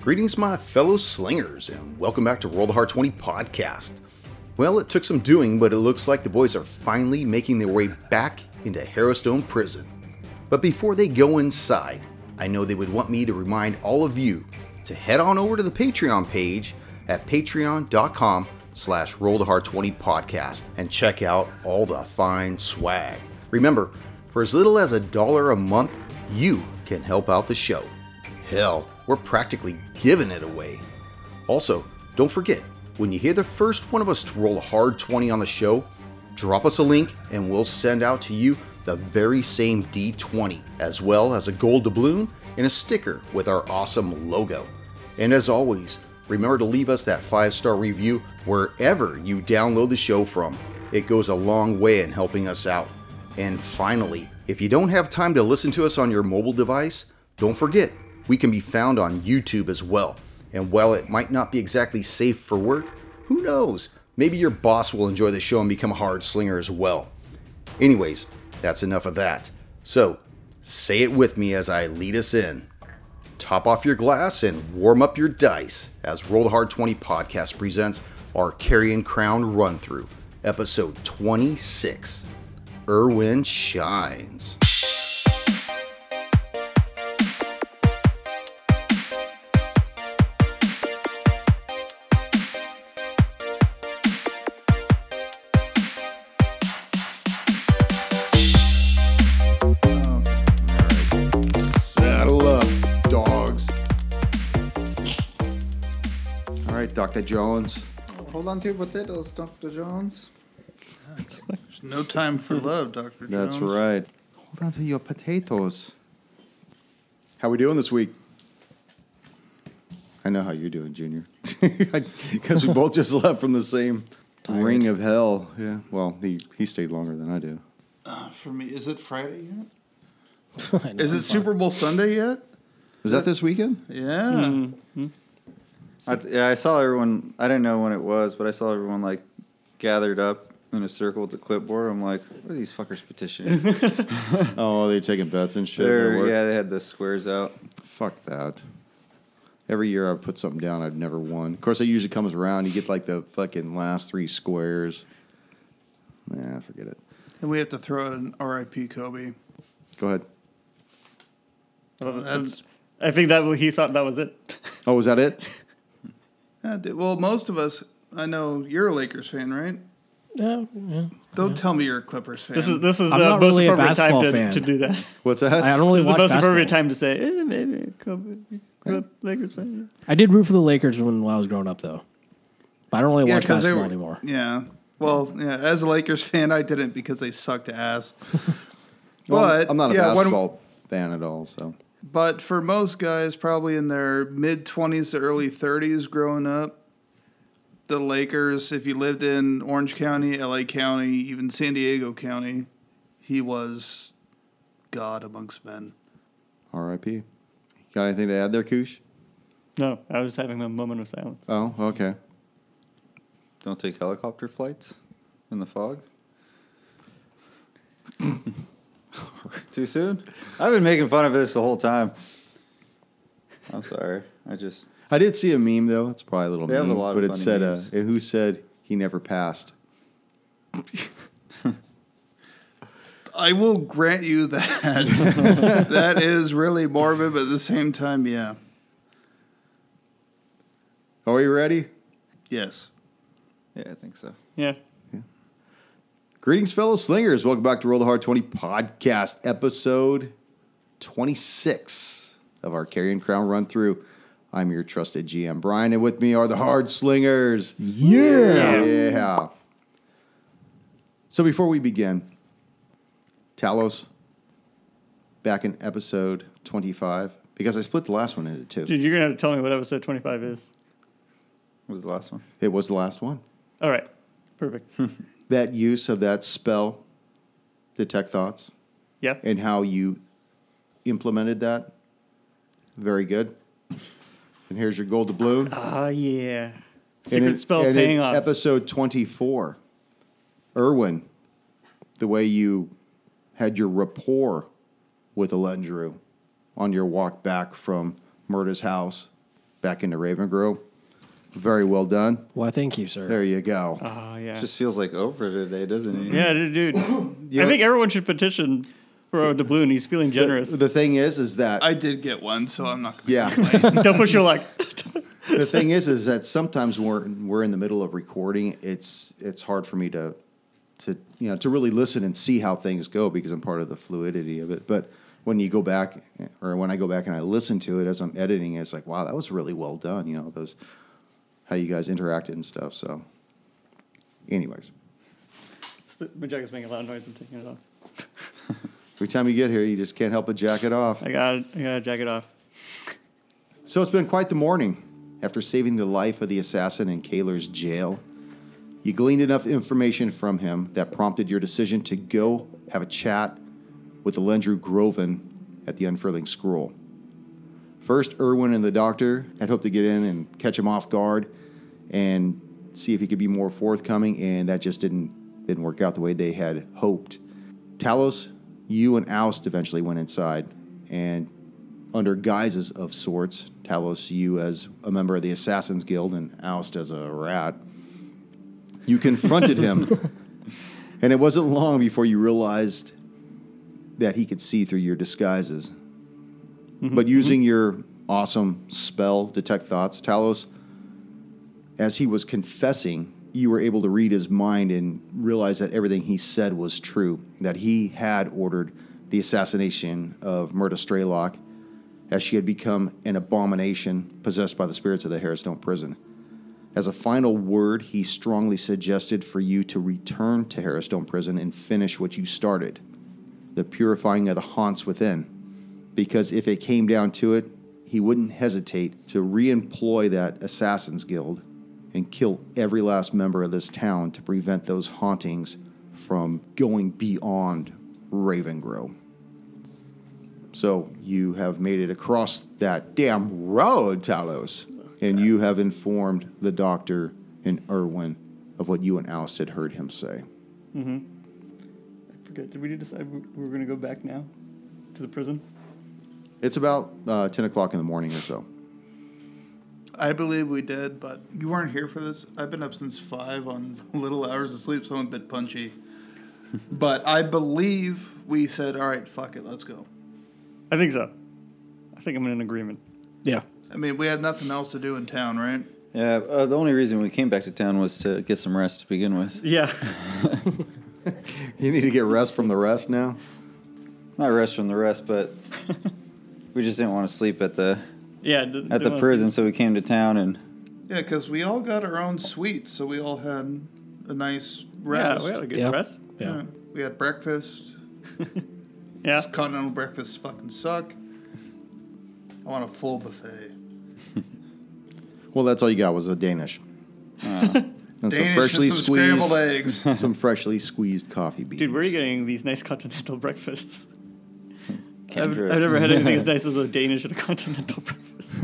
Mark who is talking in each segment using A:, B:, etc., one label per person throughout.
A: Greetings, my fellow slingers, and welcome back to Roll the Hard 20 podcast. Well, it took some doing, but it looks like the boys are finally making their way back into Harrowstone Prison. But before they go inside, I know they would want me to remind all of you to head on over to the Patreon page at patreon.com slash roll the hard 20 podcast and check out all the fine swag. Remember, for as little as a dollar a month, you can help out the show. Hell, we're practically giving it away. Also, don't forget, when you hear the first one of us to roll a hard 20 on the show, drop us a link and we'll send out to you the very same D20, as well as a gold doubloon and a sticker with our awesome logo. And as always, remember to leave us that five star review wherever you download the show from. It goes a long way in helping us out. And finally, if you don't have time to listen to us on your mobile device, don't forget, we can be found on YouTube as well. And while it might not be exactly safe for work, who knows? Maybe your boss will enjoy the show and become a hard slinger as well. Anyways, that's enough of that. So, say it with me as I lead us in. Top off your glass and warm up your dice as Roll the Hard 20 podcast presents our Carrion Crown run through, episode 26. Irwin shines. Saddle up, dogs. All right, Dr. Jones.
B: Hold on to your potatoes, Dr. Jones.
C: There's no time for love, Doctor Jones.
D: That's right.
B: Hold on to your potatoes.
A: How we doing this week? I know how you're doing, Junior. Because we both just left from the same ring of hell. Yeah. Well, he, he stayed longer than I do.
C: Uh, for me, is it Friday yet?
E: I know.
C: Is it Super Bowl Sunday yet?
A: Was that this weekend?
C: Yeah.
D: I, yeah, I saw everyone. I didn't know when it was, but I saw everyone like gathered up in a circle with the clipboard. I'm like, what are these fuckers petitioning?
A: Oh, are they taking bets and shit?
D: They're, yeah, they had the squares out.
A: Fuck that. Every year I put something down I've never won. Of course, it usually comes around. You get like the fucking last three squares. Nah, forget it.
C: And we have to throw out an R.I.P. Kobe.
A: Go ahead.
C: That's
E: I think that he thought that was it.
A: Oh, was that it?
C: yeah, d- well, most of us. I know you're a Lakers fan, right?
E: Yeah, yeah.
C: Don't tell me you're a Clippers fan.
E: This is this is
F: I'm
E: the
F: not
E: most
F: really a
E: appropriate time
F: basketball
E: to,
F: fan.
E: to do that. This
A: What's that?
F: I don't really
E: is the
F: watch
E: most
F: basketball.
E: appropriate time to say eh, maybe Kobe, Kobe, Lakers fan.
F: I did root for the Lakers when, I was growing up, though. But I don't really
C: yeah,
F: watch
C: 'cause
F: basketball anymore.
C: Yeah. Well, yeah. As a Lakers fan, I didn't because they sucked ass. but
A: Well, I'm not a
C: yeah, when-
A: basketball fan at all, so.
C: But for most guys, probably in their mid 20s to early 30s growing up, the Lakers, if you lived in Orange County, LA County, even San Diego County, he was God amongst men.
A: R.I.P. Got anything to add there, Koosh?
E: No, I was having a moment of silence.
A: Oh, okay.
D: Don't take helicopter flights in the fog. Too soon? I've been making fun of this the whole time. I'm sorry. I just
A: I did see a meme though. It's probably a little
D: They have
A: meme,
D: a lot of
A: but it
D: funny
A: said, uh,
D: memes.
A: and "Who said he never passed?"
C: I will grant you that. that is really morbid, but at the same time, yeah.
A: Oh, Are we ready?
C: Yes.
D: yeah, I think so.
E: Yeah,
A: Greetings, fellow slingers. Welcome back to Roll the Hard Twenty podcast, episode twenty-six of our Carrion Crown run through. I'm your trusted GM Brian, and with me are the Hard Slingers. Yeah. yeah. So before we begin, Talos, back in episode twenty-five, because I split the last one into two.
E: dude, you're gonna have to tell me what episode 25 is.
D: What was the last one?
A: It was the last one.
E: All right, perfect.
F: Hmm.
A: that use of that spell, detect thoughts,
E: yeah,
A: and how you implemented that. Very good. And here's your gold doubloon.
E: ah, yeah.
A: And
E: Secret
A: in-
E: spell
A: and in
E: paying off.
A: Episode 24. Erwin, the way you had your rapport with Elendru on your walk back from Murda's house
D: back into Raven Grove. Very well done.
F: Why, thank you, sir.
D: There you go.
E: Oh yeah.
G: Just feels like Oprah today, doesn't it?
E: yeah, dude. dude. I think everyone should petition for the balloon. He's feeling generous.
D: The thing is, is that
C: I did get one, so I'm not. Gonna
D: yeah.
E: Don't push your luck.
D: the thing is, is that sometimes when we're we're in the middle of recording, it's it's hard for me to to you know to really listen and see how things go because I'm part of the fluidity of it. But when you go back, or when I go back and I listen to it as I'm editing, it's like, wow, that was really well done. You know those how you guys interacted and stuff. So, anyways,
E: My jacket's making a loud noise. I'm taking it off.
D: every time you get here, you just can't help but jack it off.
E: I got I got a jacket off.
D: So it's been quite the morning. After saving the life of the assassin in Kaler's jail, you gleaned enough information from him that prompted your decision to go have a chat with Elendrew Groven at the Unfurling Scroll. First, Irwin and the doctor had hoped to get in and catch him off guard and see if he could be more forthcoming, and that just didn't didn't work out the way they had hoped. Talos, you and Oust eventually went inside, and under guises of sorts, Talos, you as a member of the Assassins Guild and Oust as a rat, you confronted him. and it wasn't long before you realized that he could see through your disguises. But using your awesome spell, Detect Thoughts, Talos, as he was confessing, you were able to read his mind and realize that everything he said was true, that he had ordered the assassination of Murda Straylock as she had become an abomination possessed by the spirits of the Harrisstone prison. As a final word, he strongly suggested for you to return to Harrisstone prison and finish what you started the purifying of the haunts within. Because if it came down to it, he wouldn't hesitate to re employ that Assassin's Guild and kill every last member of this town to prevent those hauntings from going beyond Ravengrow. So you have made it across that damn road, Talos, and you have informed the doctor and Irwin of what you and Oust had heard him say.
E: I forget. Did we decide we we were going to go back now to the prison?
D: It's about uh, 10 o'clock in the morning or so.
C: I believe we did, but you weren't here for this. I've been up since five on little hours of sleep, so I'm a bit punchy. but I believe we said, "All right, fuck it, let's go."
E: I think so. I think I'm in an agreement.
F: yeah.
C: I mean, we had nothing else to do in town, right?
G: Yeah. Uh, the only reason we came back to town was to get some rest to begin with.
E: Yeah.
D: You need to get rest from the rest now?
G: Not rest from the rest, but we just didn't want to sleep at the
E: Yeah. didn't-
G: at
E: didn't
G: the
E: wanna-
G: prison, so we came to town and
C: Yeah, because we all got our own suites, so we all had a nice
E: Yeah,
C: rest.
E: we had a good
F: Yeah.
E: rest.
F: Yeah.
C: Yeah, we had breakfast.
E: Yeah.
C: Continental breakfasts fucking suck. I want a full buffet.
D: Well, that's all you got was a Danish.
G: Uh.
D: and
C: Danish
D: some freshly
C: and some scrambled
D: squeezed
C: eggs.
D: some freshly squeezed coffee beans.
E: Dude, where are you getting these nice continental breakfasts? I've,
G: Kendra's.
E: I've never had anything as nice as a Danish at a continental breakfast.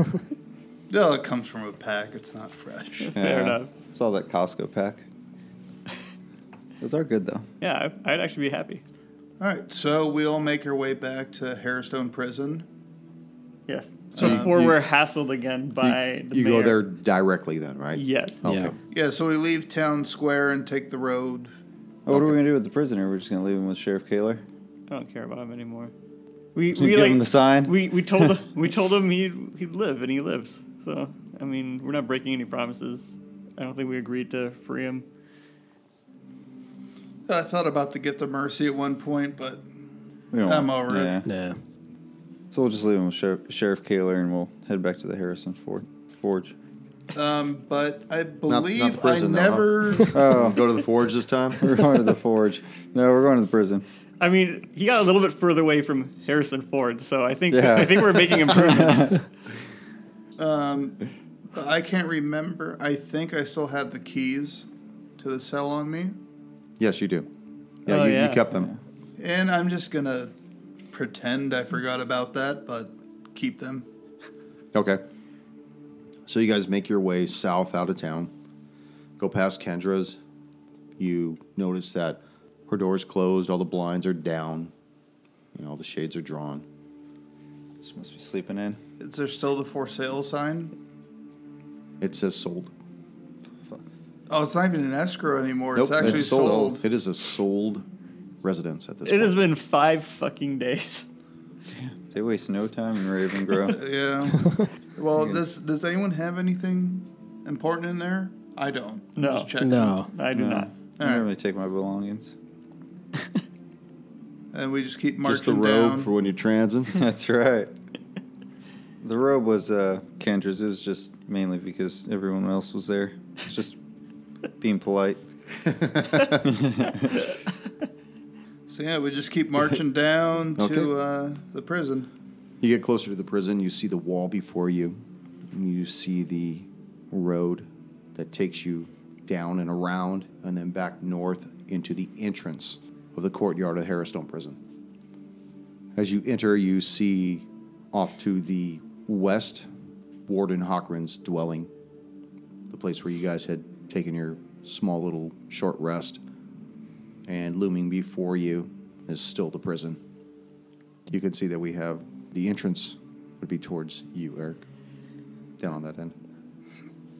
C: No, it comes from a pack. It's not fresh.
E: Fair enough.
G: It's all that Costco pack. Those are good though.
E: Yeah, I, I'd actually be happy.
C: All right, so we all make our way back to Harrowstone Prison.
E: Yes. So before we're hassled again by the
D: You go
E: mayor.
D: there directly then, right?
E: Yes.
D: Okay.
F: Yeah.
C: Yeah, so we leave town square and take the road.
G: Oh, What are we gonna do with the prisoner? We're just gonna leave him with Sheriff Kaler.
E: I don't care about him anymore. We
G: Should we
E: we
G: give him
E: like
G: the sign.
E: we, we told him we told him he'd he'd live and he lives. So I mean we're not breaking any promises. I don't think we agreed to free him.
C: I thought about the get the mercy at one point, but
G: We don't
C: I'm
G: want-
C: over it.
G: yeah.
F: Yeah.
G: So we'll just leave him with Sheriff, Sheriff Kaler, and we'll head back to the Harrison Ford, Forge.
C: um, but I
D: not
C: believe
D: the prison,
C: I
D: though, huh?
C: never.
G: Oh,
D: Go to the forge this time?
G: we're going to the Forge. No, we're going to the prison.
E: I mean he got a little bit further away from Harrison Ford, so I think
G: Yeah.
E: I think we're making improvements.
C: I can't remember. I think I still have the keys to the cell on me,
D: yes, you do. Yeah,
E: Oh,
D: you,
E: yeah.
D: you kept them.
C: and I'm just gonna pretend I forgot about that, but keep them.
D: Okay. So you guys make your way south out of town, go past Kendra's. You notice that her door's closed, all the blinds are down, you know, all the shades are drawn.
G: Just must be sleeping in.
C: Is there still the for sale sign?
A: It says sold.
C: Oh, it's not even an escrow anymore. it's
A: Nope,
C: actually sold.
A: It is a sold residence at this
E: It
A: point.
E: has been five fucking days.
D: They waste no time in Ravengrow.
C: Yeah. well, does does anyone have anything important in there? I don't.
E: No.
C: Just check.
F: No.
E: I do not.
D: I don't really take my belongings.
C: And we just keep marching
H: Just the robe
C: down.
H: for when you're transing.
D: That's right. The robe was uh, Kendra's. It was just mainly because everyone else was there. It's just being polite.
C: so yeah, we just keep marching down to
H: Okay.
C: uh, the prison.
A: You get closer to the prison, you see the wall before you, and you see the road that takes you down and around and then back north into the entrance of the courtyard of Harrowstone Prison. As you enter, you see off to the west Warden Hochran's dwelling, the place where you guys had taken your small little short rest. And looming before you is still the prison you can see that we have the entrance would be towards you, Eric, down on that end.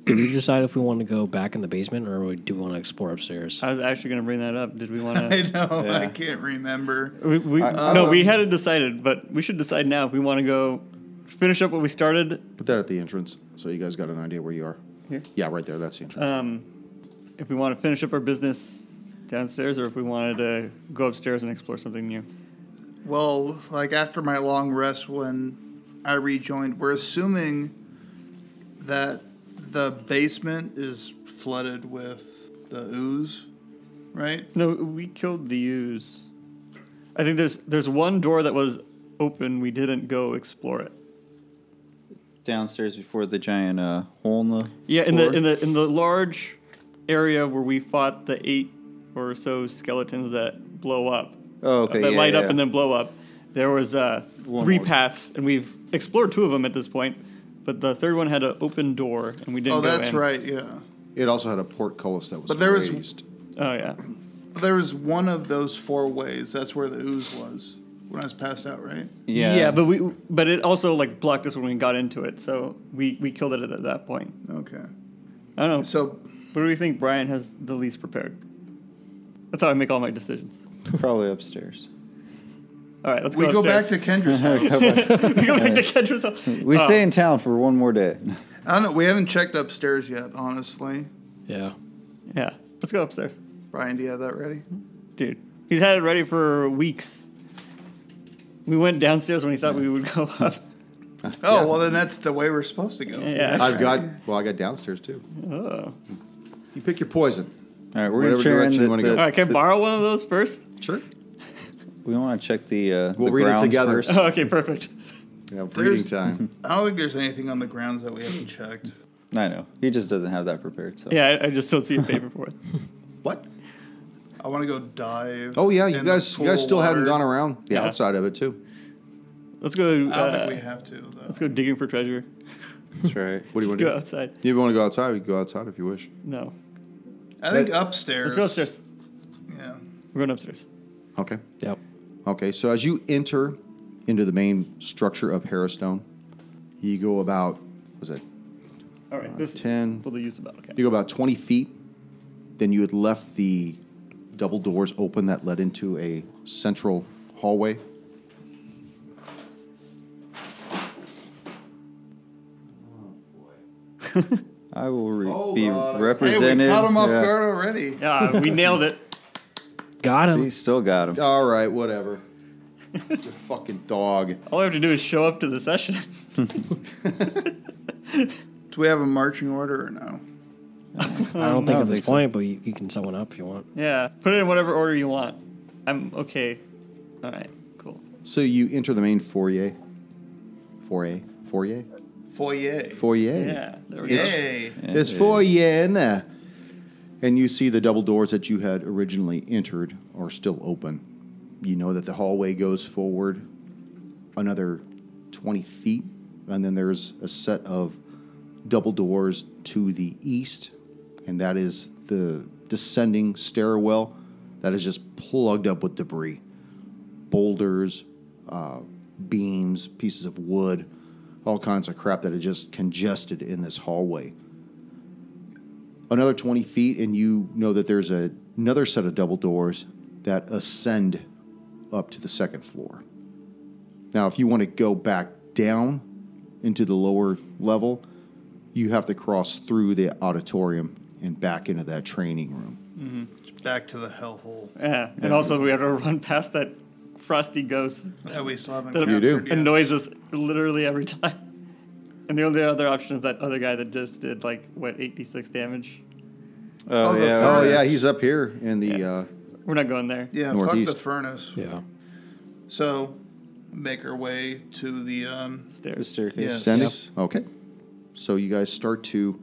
F: Did we decide if we want to go back in the basement or we do want to explore upstairs?
E: I was actually going to bring that up. Did we want
C: I
E: to?
C: know. I
D: Yeah.
C: can't remember.
E: We, we, no,
G: um,
E: we hadn't decided, but we should decide now if we want to go finish up what we started.
A: Put that at the entrance, so you guys got an idea where you are.
E: Here?
A: Yeah, right there. That's the entrance.
E: Um, if we want to finish up our business downstairs, or if we wanted to go upstairs and explore something new.
C: Well, like after my long rest when I rejoined, we're assuming that the basement is flooded with the ooze, right?
E: No, we killed the ewes. I think there's there's one door that was open. We didn't go explore it.
D: Downstairs before the giant uh, hole in the
E: Yeah, in the
D: floor.
E: in the in the large area where we fought the eight or so skeletons that blow up,
D: oh okay
E: uh, that
D: yeah,
E: light up
D: yeah.
E: and then blow up. There was uh,
D: One
E: three
D: more.
E: paths, and we've explored two of them at this point, but the third one had an open door, and we didn't.
C: Oh,
E: go
C: that's
E: in.
C: right, yeah.
A: it also had a portcullis that was
C: But there was-
A: raised.
E: Oh yeah,
C: There was one of those four ways. That's where the ooze was when I was passed out, right?
D: yeah
E: yeah. But we but it also like blocked us when we got into it, so we we killed it at, at that point.
C: Okay.
E: I don't know.
C: So,
E: What do we think Brian has the least prepared? That's how I make all my decisions.
D: probably upstairs.
E: All right, let's
C: we
E: go.
C: go back
E: upstairs.
C: to Kendra's house.
E: we go back to Kendra's house.
D: We
E: Oh,
D: stay in town for one more day.
C: I don't know. We haven't checked upstairs yet, honestly.
F: Yeah.
E: Oh, Yeah, let's go upstairs,
C: Brian, do you have that ready?
E: dude. He's had it ready for weeks. We went downstairs when he thought we would go up.
C: Oh, well, then that's the way we're supposed to go.
E: Yeah.
A: I've got well, I got downstairs too.
E: Oh.
A: You pick your poison.
D: All right, we're
A: Whatever
D: gonna check in
A: direction you
D: the-
A: wanna
D: the-
A: go.
E: All right, can I borrow one of those first?
A: Sure.
D: We want to check the. Uh,
A: We'll
D: the
A: read it
D: grounds
A: together.
D: first.
E: Oh, okay, perfect.
A: You have
C: There's-
A: breeding time.
C: I don't think there's anything on the grounds that we haven't checked.
D: I know he just doesn't have that prepared. So
E: Yeah, I, I just don't see a paper for it.
A: what?
C: I want to go dive.
A: Oh yeah, you
C: in the
A: guys, you guys
C: pool
A: still haven't
C: water.
A: gone around the
E: Yeah.
A: outside of it too.
E: Let's go.
C: I don't
E: Uh,
C: think we have to. Though.
E: let's go digging for treasure.
D: that's right.
A: What do you
E: Let's
A: want
E: go
A: to do?
E: outside.
A: If you want to go outside, we can go outside if you wish.
E: No,
C: I think upstairs.
E: let's go upstairs.
C: Yeah.
E: We're going upstairs.
A: Okay.
F: Yep.
A: Okay, so as you enter into the main structure of Harrowstone, you go about was it
E: All right, this
A: Uh, ten?
E: We'll use the battle cap.
A: You go about 20 feet, then you had left the double doors open that led into a central hallway.
D: I will re-
C: Oh,
D: be
C: Hey, we
D: represented.
C: caught him off
D: Yeah.
C: guard already.
E: Ah, we nailed it.
F: Got him.
D: He still got
C: Oh,
D: him.
A: All right, whatever. you fucking dog.
E: All we have to do is show up to the session.
C: Do we have a marching order or no?
F: I don't think
D: I
F: at
D: don't
F: this
D: think so.
F: point, but you, you can set one up if you want.
E: Yeah, put it in whatever order you want. I'm okay. All right, cool.
A: So you enter the main foyer. Foyer? Foyer?
C: Foyer.
A: Foyer.
E: Yeah, there we go.
C: Yay.
A: There's foyer in there. And you see the double doors that you had originally entered are still open. You know that the hallway goes forward another 20 feet, and then there's a set of double doors to the east, and that is the descending stairwell that is just plugged up with debris boulders, uh, beams, pieces of wood, all kinds of crap that had just congested in this hallway. another 20 feet, and you know that there's a, another set of double doors that ascend up to the second floor. Now, if you want to go back down into the lower level, you have to cross through the auditorium and back into that training room.
C: Back to the hellhole
E: Yeah. And also, we had to run past that frosty ghost
C: that we still haven't
E: that
C: captured
A: do.
C: yet.
E: annoys us literally every time. And the only other option is that other guy that just did like what 86 damage.
D: Oh,
C: the
D: yeah.
C: furnace.
A: Oh, yeah, he's up here in the. Uh,
E: We're not going there.
C: Yeah,
A: Northeast.
C: fuck the furnace.
F: Yeah.
C: So, make our way to the um,
D: The
E: Stairs.
D: staircase.
C: Yes.
A: Ascend it? Okay. So you guys start to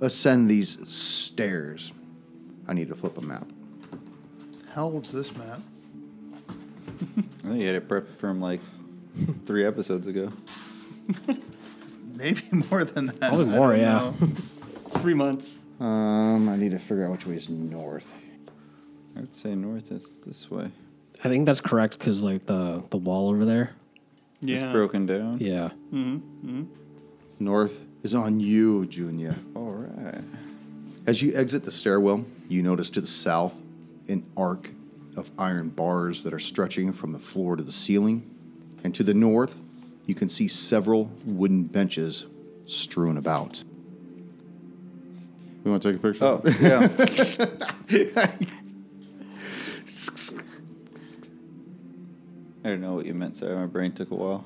A: ascend these stairs. I need to flip a map.
C: How old's this map?
D: I think you had it prepped from like three episodes ago.
C: Maybe more than that.
F: Probably
C: I
F: more,
C: don't
F: yeah.
C: know.
E: Three months.
A: Um, I need to figure out which way is north.
D: I would say north is this way.
F: I think that's correct because like the the wall over there.
E: Yeah.
D: It's broken down.
F: Yeah.
A: North is on you, Junior.
D: All right.
A: As you exit the stairwell, you notice to the south an arc of iron bars that are stretching from the floor to the ceiling. And to the north, you can see several wooden benches strewn about. You want to take a picture?
D: Oh, yeah. I don't know what you meant. Sorry, my brain took a while.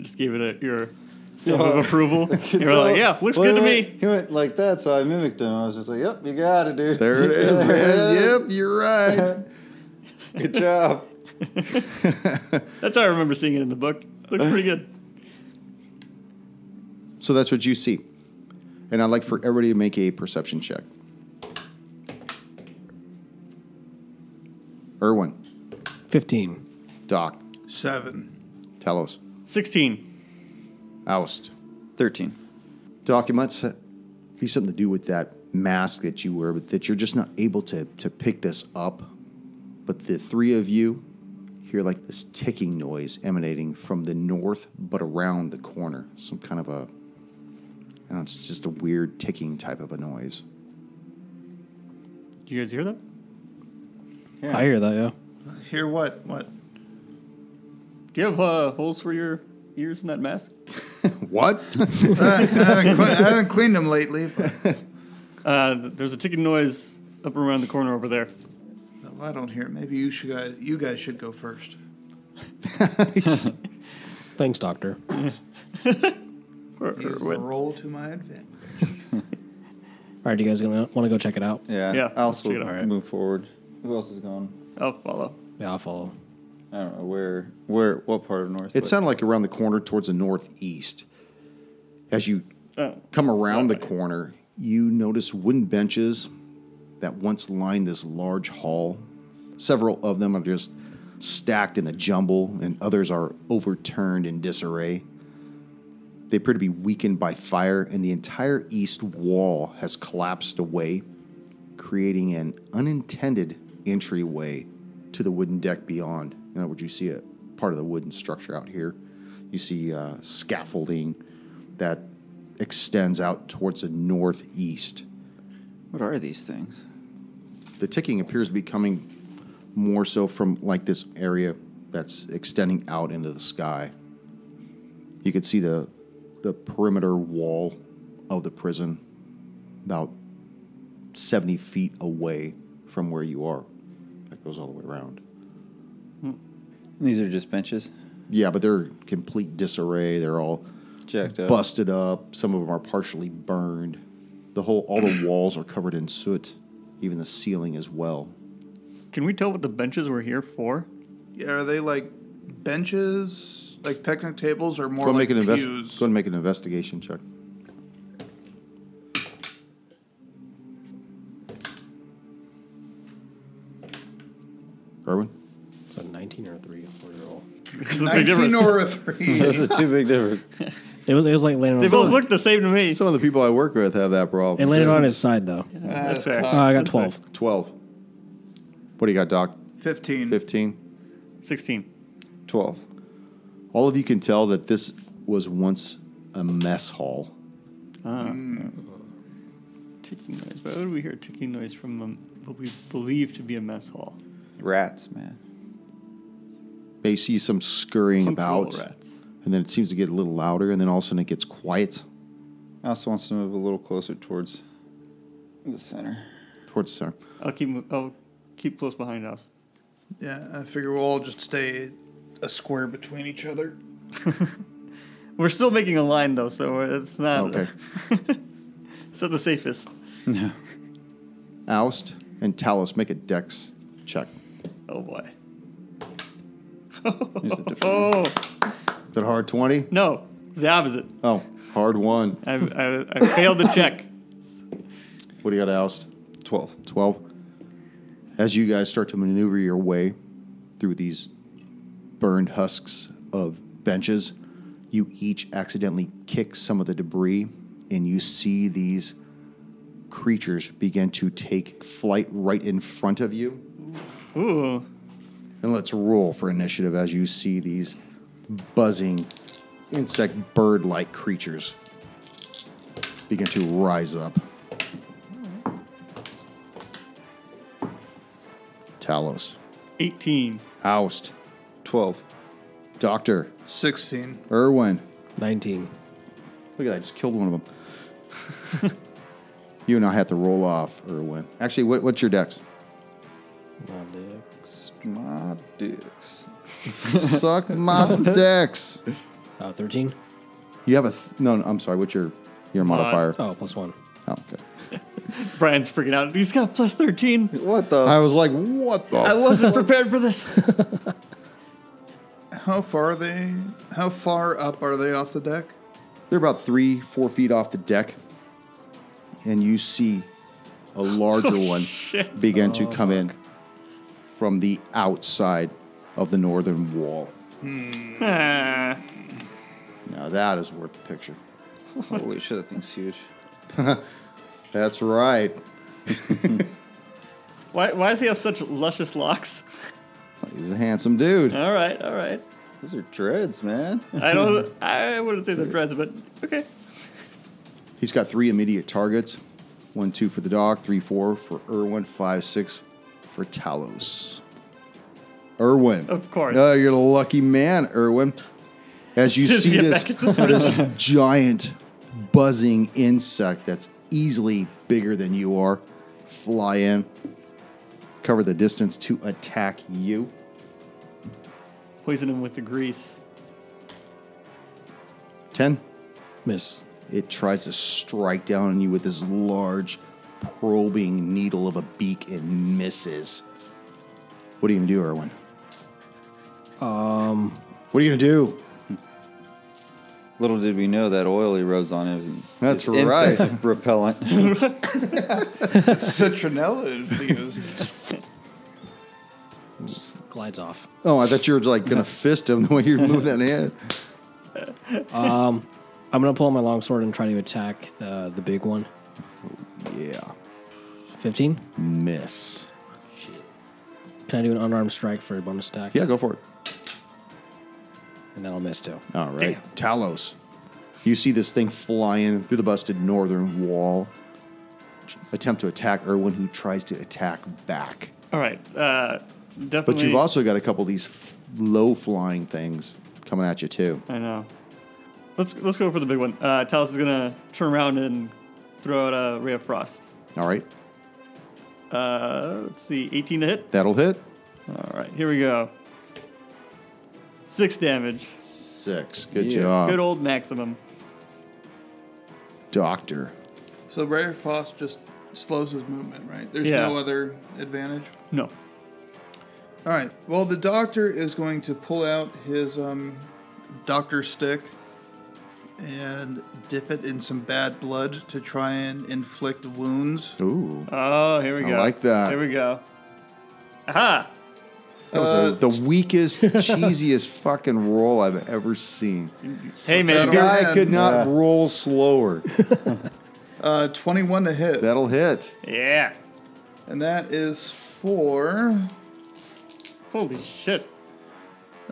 E: Just gave it a, your stamp of approval. You were like, yeah, looks good to me.
D: He went like that, so I mimicked him. I was just like, "Yep, you got it, dude."
A: There it is, man. Yep, you're right.
D: Good job.
E: That's how I remember seeing it in the book. Looks pretty good.
A: So that's what you see. And I'd like for everybody to make a perception check. Erwin,
F: Fifteen.
A: Doc,
C: Seven.
A: Talos,
E: 16.
A: Oust.
D: Thirteen.
A: Doc, it might se- uh, be something to do with that mask that you wear, but that you're just not able to, to pick this up. But the three of you hear like this ticking noise emanating from the north, but around the corner. Some kind of a, I don't know, it's just a weird ticking type of a noise.
E: Do you guys hear that?
D: Yeah.
F: I hear that. Yeah.
C: Here, what? What?
E: Do you have uh, holes for your ears in that mask?
A: What?
C: I haven't, cle- I haven't cleaned them lately, but
E: Uh, th- there's a ticking noise up around the corner over there.
C: well, I don't hear it. Maybe you should guys, you guys should go first.
F: Thanks, Doctor.
E: Or- or
C: Use the
E: what?
C: roll to my advantage.
F: All right, you guys gonna want to go check it out?
D: Yeah.
E: Yeah,
D: I'll
E: let's check it out.
D: also move forward. Who else is gone?
E: I'll follow.
F: Yeah, I'll follow.
D: I don't know where, where, what part of north.
A: It
D: but-
A: sounded like around the corner towards the northeast. As you
E: Oh.
A: come around the
E: Somebody.
A: corner, you notice wooden benches that once lined this large hall. Several of them are just stacked in a jumble, and others are overturned in disarray. They appear to be weakened by fire, and the entire east wall has collapsed away, creating an unintended entryway to the wooden deck beyond. In other words, you see a part of the wooden structure out here. You see uh, scaffolding that extends out towards the northeast.
D: What are these things?
A: The ticking appears to be coming more so from like this area that's extending out into the sky. You could see the the perimeter wall of the prison about 70 feet away from where you are. That goes all the way around.
D: These are just benches,
A: Yeah, but they're complete disarray. They're all
D: jacked up.
A: busted up. Some of them are partially burned. The whole all the walls are covered in soot, even the ceiling as well.
E: Can we tell what the benches were here for?
C: Yeah, are they like benches, like picnic tables, or more
A: Go make
C: like
A: an invest- go
C: pews?
A: ahead and make an investigation check. Erwin?
F: So nineteen or three. what are they all?
E: There's a big
C: Nineteen
E: difference.
C: or a three?
D: Those are two big different.
F: It was it was like landing.
E: They
F: On
E: both look the same to me.
A: Some of the people I work with have that problem.
F: it landed on his side though.
E: That's fair.
F: Uh, I
E: That's
F: got
E: fair.
F: twelve.
A: 12. What do you got, Doc?
C: Fifteen.
A: 15?
E: 16.
A: 12. All of you can tell that this was once a mess hall.
E: ticking noise. Why would we hear a ticking noise from um, what we believe to be a mess hall?
D: Rats, man.
B: They see some scurrying
E: Punctual
B: about,
E: rats.
B: and then it seems to get a little louder, and then all of a sudden it gets quiet
D: Alice wants to move a little closer towards the center.
B: towards the center.
E: I'll keep. mo- I'll keep close behind us.
C: Yeah, I figure we'll all just stay a square between each other.
E: We're still making a line though, so it's not.
B: Okay.
E: it's not the safest.
B: Oust and Talos make a dex check.
E: Oh boy.
D: Here's a different one.
E: Oh
B: Is that a hard 20?
E: no! It's the opposite.
B: Oh, hard one.
E: I, I, I failed the check.
B: What do you got, Oust?
D: 12.
B: 12. As you guys start to maneuver your way through these burned husks of benches, you each accidentally kick some of the debris, and you see these creatures begin to take flight right in front of you.
E: Ooh.
B: And let's roll for initiative as you see these buzzing, insect bird like creatures begin to rise up. Talos,
E: 18.
B: Oust,
D: 12.
B: Doctor,
C: 16.
B: Irwin.
F: 19.
B: Look at that, I just killed one of them. you and I have to roll off, Irwin. Actually, what, what's your dex?
F: My dicks.
D: My dicks.
B: Suck my dex.
F: Uh, 13.
B: You have a. Th- no, no, I'm sorry. What's your your modifier?
F: Oh, plus one.
B: Oh, okay.
E: Brian's freaking out. He's got plus 13.
D: What the?
B: I was like, what the?
E: I wasn't prepared for this.
C: How far are they? How far up are they off the deck?
B: They're about three, four feet off the deck, and you see a larger one begin to come in from the outside of the northern wall.
E: Ah.
B: Now that is worth the picture.
D: Holy shit, that thing's huge.
B: That's right.
E: Why, why does he have such luscious locks?
B: He's a handsome dude.
E: All right, all right.
D: Those are dreads, man.
E: I don't. I wouldn't say the dreads, but okay.
B: He's got three immediate targets. One, two for the dog. Three, four for Irwin. Five, six for Talos. Irwin.
E: Of course.
B: Oh, you're the lucky man, Irwin. As you
E: Just
B: see
E: get
B: this,
E: back
B: this giant buzzing insect that's easily bigger than you are fly in, cover the distance to attack you.
E: Poison him with the grease.
B: 10.
F: Miss.
B: It tries to strike down on you with this large, probing needle of a beak and misses. What are you gonna do, Erwin?
F: Um,
B: What are you gonna do?
D: Little did we know that oil he rubs on him is
B: That's
D: is insect
B: right.
D: repellent.
C: Citronella infused.
F: just glides off.
B: Oh, I thought you were like gonna fist him the way you move that hand.
F: I'm going to pull out my longsword and try to attack the, the big one.
B: Yeah.
F: 15.
B: Miss.
F: Can I do an unarmed strike for a bonus attack?
B: Yeah, go for it.
F: And that'll miss too.
B: All right. Talos. You see this thing flying through the busted northern wall. Attempt to attack Erwin, who tries to attack back.
E: All right. Uh, definitely.
B: But you've also got a couple of these f- low flying things coming at you, too.
E: I know. Let's let's go for the big one. Uh, Talos is gonna turn around and throw out a ray of frost.
B: All right.
E: Uh, let's see, 18 to hit.
B: That'll hit.
E: All right, here we go. Six damage.
B: Six. Good
D: Yeah.
B: job.
E: Good old maximum.
B: Doctor.
C: so Ray of Frost just slows his movement, right? There's
E: Yeah.
C: no other advantage.
E: No.
C: All right. Well, the doctor is going to pull out his um, doctor stick and dip it in some bad blood to try and inflict wounds.
B: Ooh.
E: Oh, here we
B: I
E: go.
B: like that.
E: Here we go. Aha!
B: That was a, the weakest, cheesiest fucking roll I've ever seen.
E: Hey, man.
C: That'll-
E: dude.
B: I could not
D: Yeah.
B: roll slower.
C: Uh, 21 to hit.
B: That'll hit.
E: Yeah.
C: and that is for.
E: Holy shit.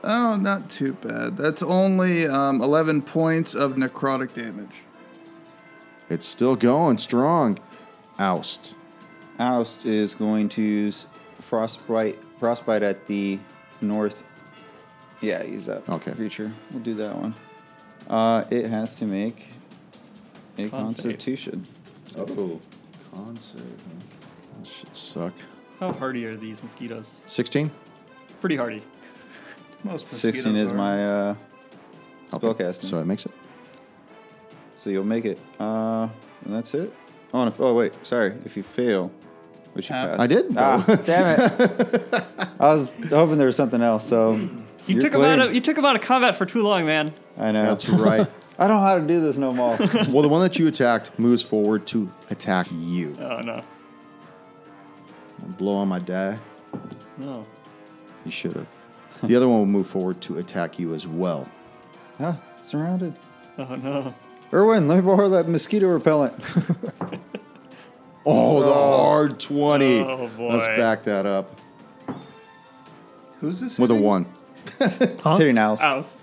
C: Oh, not too bad. That's only um, 11 points of necrotic damage.
B: It's still going strong.
I: Oust.
D: Oust is going to use frostbite. Frostbite at the north. Yeah, use that
I: Okay.
D: creature. We'll do that one. Uh, it has to make a
E: Con save.
D: Constitution. So
B: Oh,
I: Concert. That should suck.
E: How hardy are these mosquitoes?
B: 16?
E: Pretty hardy.
C: Most mosquitoes
D: sixteen is
C: are.
D: my uh,
B: Okay,
D: spellcasting.
B: So it makes it.
D: So you'll make it. Uh, and that's it. Oh, and if, oh wait, sorry. If you fail, which you
C: Huh?
D: pass.
B: I did?
D: Ah, damn it. I was hoping there was something else. So
E: You
D: you're
E: took him out
D: clear.
E: of you took him out of combat for too long, man.
D: I know.
B: That's right.
D: I don't know how to do this no more.
B: well, the one that you attacked moves forward to attack you.
E: Oh no,
B: Blow on my die.
E: no.
B: You should have. The other one will move forward to attack you as well.
D: huh? Surrounded.
E: Oh no.
D: Erwin, let me borrow that mosquito repellent.
B: Oh, the hard 20.
E: Oh, boy.
B: Let's back that up
C: Who's this?
B: with a
C: hitting?
B: 1.
D: It's hitting Alice.
E: Oust.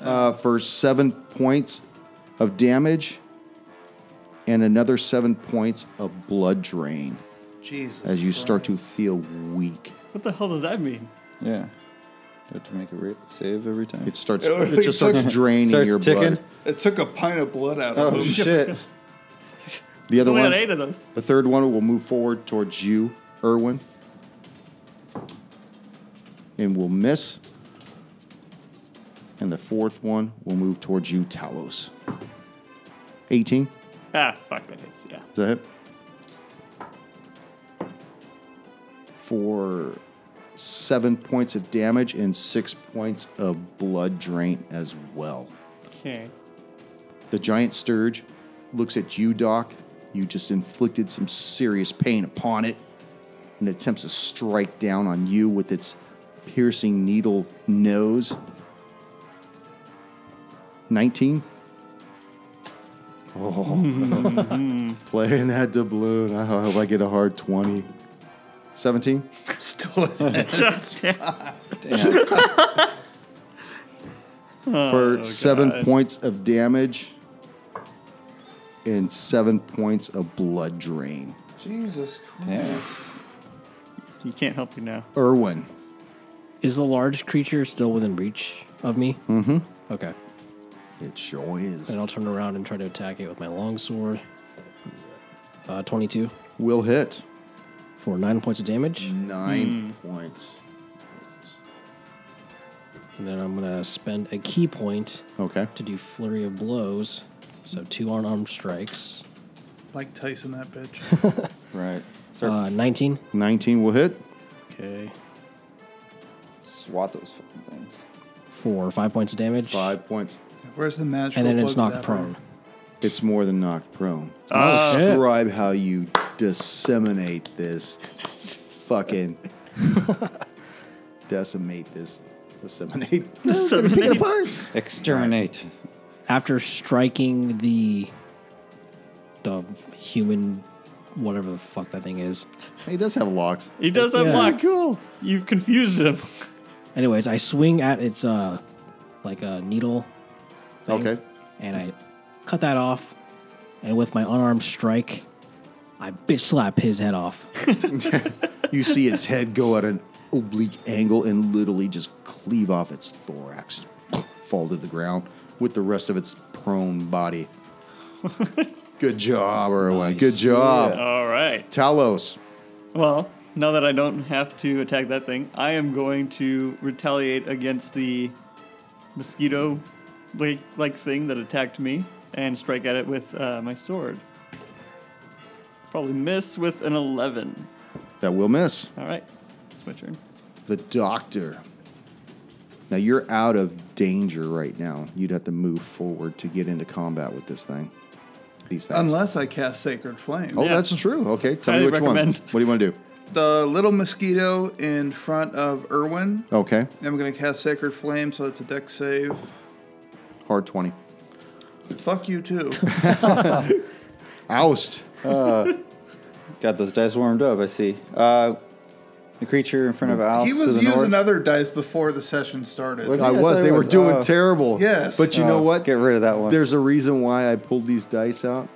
B: Uh, for 7 points of damage and another 7 points of blood drain
C: Jesus.
B: as you start to
C: Christ.
B: feel weak.
E: What the hell does that mean?
D: Yeah. You have to make a re- save every time.
B: It starts
C: Oh,
B: it just starts draining
D: Starts
B: your
D: ticking.
B: blood.
C: It took a pint of blood out of
D: oh
C: him.
D: shit.
B: The other
E: Only
B: one
E: had eight of those.
B: The third one will move forward towards you, Erwin. And will miss. And the fourth one will move towards you, Talos. 18. Is
E: Ah, fuck that hits. Yeah.
B: that it? For seven points of damage and six points of blood drain as well.
E: Okay.
B: The giant sturge looks at you, Doc. You just inflicted some serious pain upon it and attempts to strike down on you with its piercing needle nose. 19. Oh, playing that doubloon. I hope I get a hard 20. 17.
C: Still
D: Damn.
B: for
E: Oh,
B: seven
E: God.
B: points of damage and seven points of blood drain.
C: Jesus Christ.
D: Damn.
E: You can't help you now.
B: Erwin.
F: Is the large creature still within reach of me? Mm-hmm. Okay.
B: It sure is.
F: Then I'll turn around and try to attack it with my longsword. What is that? Uh, 22
B: Will hit.
F: for 9 points of damage.
B: Nine
F: Hmm.
B: points.
F: And then I'm going to spend a key point
B: Okay.
F: to do Flurry of Blows. So two unarmed strikes.
C: Like Tyson, that bitch.
D: Right. Start
F: Uh, 19.
B: 19 will hit.
F: Okay.
D: swat those fucking things.
F: For 5 points of damage.
B: Five points.
C: Where's the magical
F: And then it's
C: blood
F: knocked
C: zapper?
F: prone.
B: It's more than knocked prone.
F: Oh, shit.
B: Describe how you disseminate this fucking. decimate this. Disseminate. Pick it
E: Disseminate.
B: apart.
D: Exterminate.
F: after striking the the human whatever the fuck that thing is
B: He does have locks.
E: He does have
F: Yeah.
E: luck. You've confused him.
F: anyways i swing at its uh like a needle thing,
B: Okay.
F: and i cut that off and with my unarmed strike i bitch slap his head off
B: You see its head go at an oblique angle and literally just cleave off its thorax, just fall to the ground with the rest of its prone body. Good job, Erwin. Good job.
E: All right.
B: Talos.
E: Well, now that I don't have to attack that thing, I am going to retaliate against the mosquito like like thing that attacked me and strike at it with uh, my sword. Probably miss with an 11.
B: That will miss.
E: All right. It's my turn.
B: The doctor. Now you're out of danger right now. You'd have to move forward to get into combat with this thing. These things.
C: Unless I cast Sacred Flame.
B: oh,
E: Yeah.
B: that's true. Okay, tell me
E: Highly
B: which
E: recommend.
B: one. What do you want to do?
C: The little mosquito in front of Irwin.
B: Okay,
C: I'm going to cast Sacred Flame, so it's a deck save.
B: hard twenty.
C: Fuck you, too.
B: Oust.
D: Got those dice warmed up. I see. Uh, the creature in front of Alice
C: he
D: to
C: was
D: the
C: using
D: north.
C: other dice before the session started.
D: Was
B: I
D: I thought
B: was.
D: it
B: They were
D: was-
B: doing
D: oh.
B: terrible.
C: Yes.
B: But you know
D: Oh,
B: what?
D: Get rid of that one.
B: There's a reason why I pulled these dice out.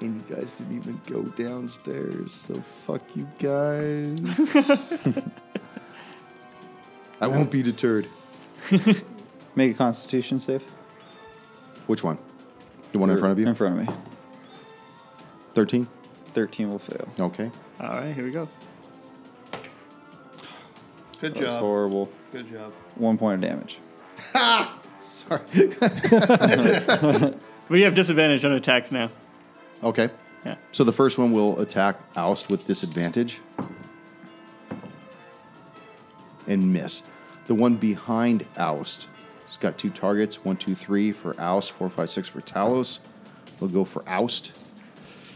J: And you guys didn't even go downstairs, so fuck you guys. I won't be deterred.
D: Make a Constitution save.
J: Which one? The one in front of
D: In
J: you?
D: front of me.
J: 13?
D: Thirteen will fail.
J: Okay.
E: All right, here we go.
C: Good
D: That's
C: job.
D: horrible.
C: Good job.
D: One point of damage.
E: But you have disadvantage on attacks now.
B: Okay.
E: Yeah.
B: So the first one will attack Oust with disadvantage and miss. The one behind Oust, it's got two targets one, two, three for Oust, four, five, six for Talos. We'll go for Oust.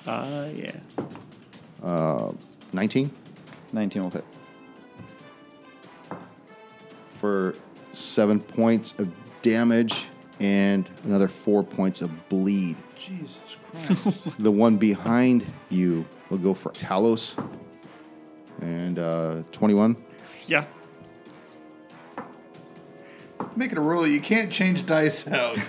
E: Uh, yeah.
B: 19
D: Nineteen will hit.
B: for seven points of damage and another four points of bleed.
C: Jesus Christ.
B: The one behind you will go for Talos and uh, 21.
E: Yeah.
C: Making a rule, you can't change dice out.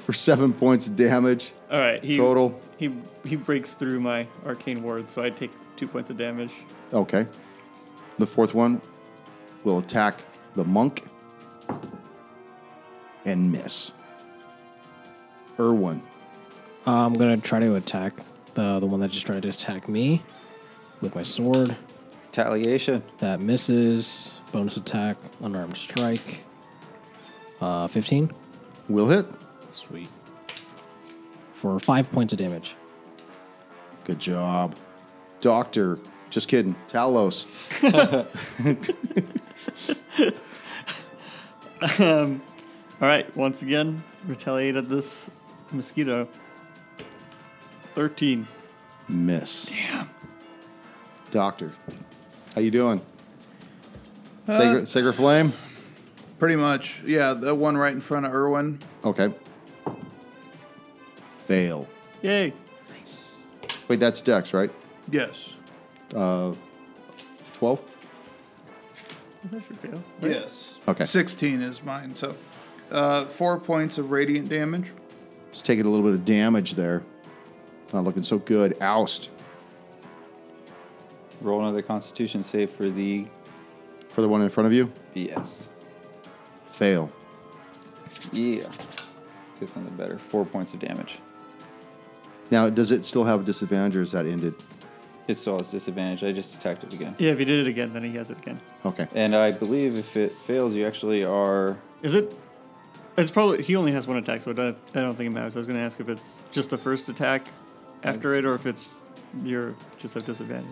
B: for seven points of damage.
E: All right. He,
B: Total.
E: He he breaks through my arcane ward, so I take two points of damage.
B: Okay. The fourth one will attack the monk and miss. Erwin.
F: I'm gonna try to attack the the one that just tried to attack me with my sword.
D: Retaliation.
F: That misses. Bonus attack, unarmed strike. Uh, 15.
B: Will hit.
F: Sweet. For five points of damage.
B: Good job. Doctor. Just kidding. Talos.
E: All right. Once again, retaliate at this mosquito. Thirteen.
B: Miss. Damn. Doctor. How you doing?
C: Uh,
B: Sacred, Sacred Flame?
C: Pretty much. Yeah, the one right in front of Irwin.
B: Okay. Fail.
E: Yay.
B: Wait, that's Dex, right?
C: Yes.
B: 12?
E: That should fail.
C: Yes.
B: Okay.
C: 16 is mine, so. Uh, four points of radiant damage.
B: It's taking a little bit of damage there. Not looking so good. Oust
D: Roll another Constitution save for the
B: for the one in front of you.
D: BS.
B: Fail.
D: Yeah. Get something better. Four points of damage.
B: Now, does it still have a disadvantage or is that ended?
D: It still has disadvantage. I just attacked it again.
E: Yeah. If he did it again, then he has it again.
B: Okay.
D: And I believe if it fails, you actually are.
E: Is it? It's probably he only has one attack, so I don't, I don't think it matters. I was going to ask if it's just the first attack after it, or if it's you're just at disadvantage.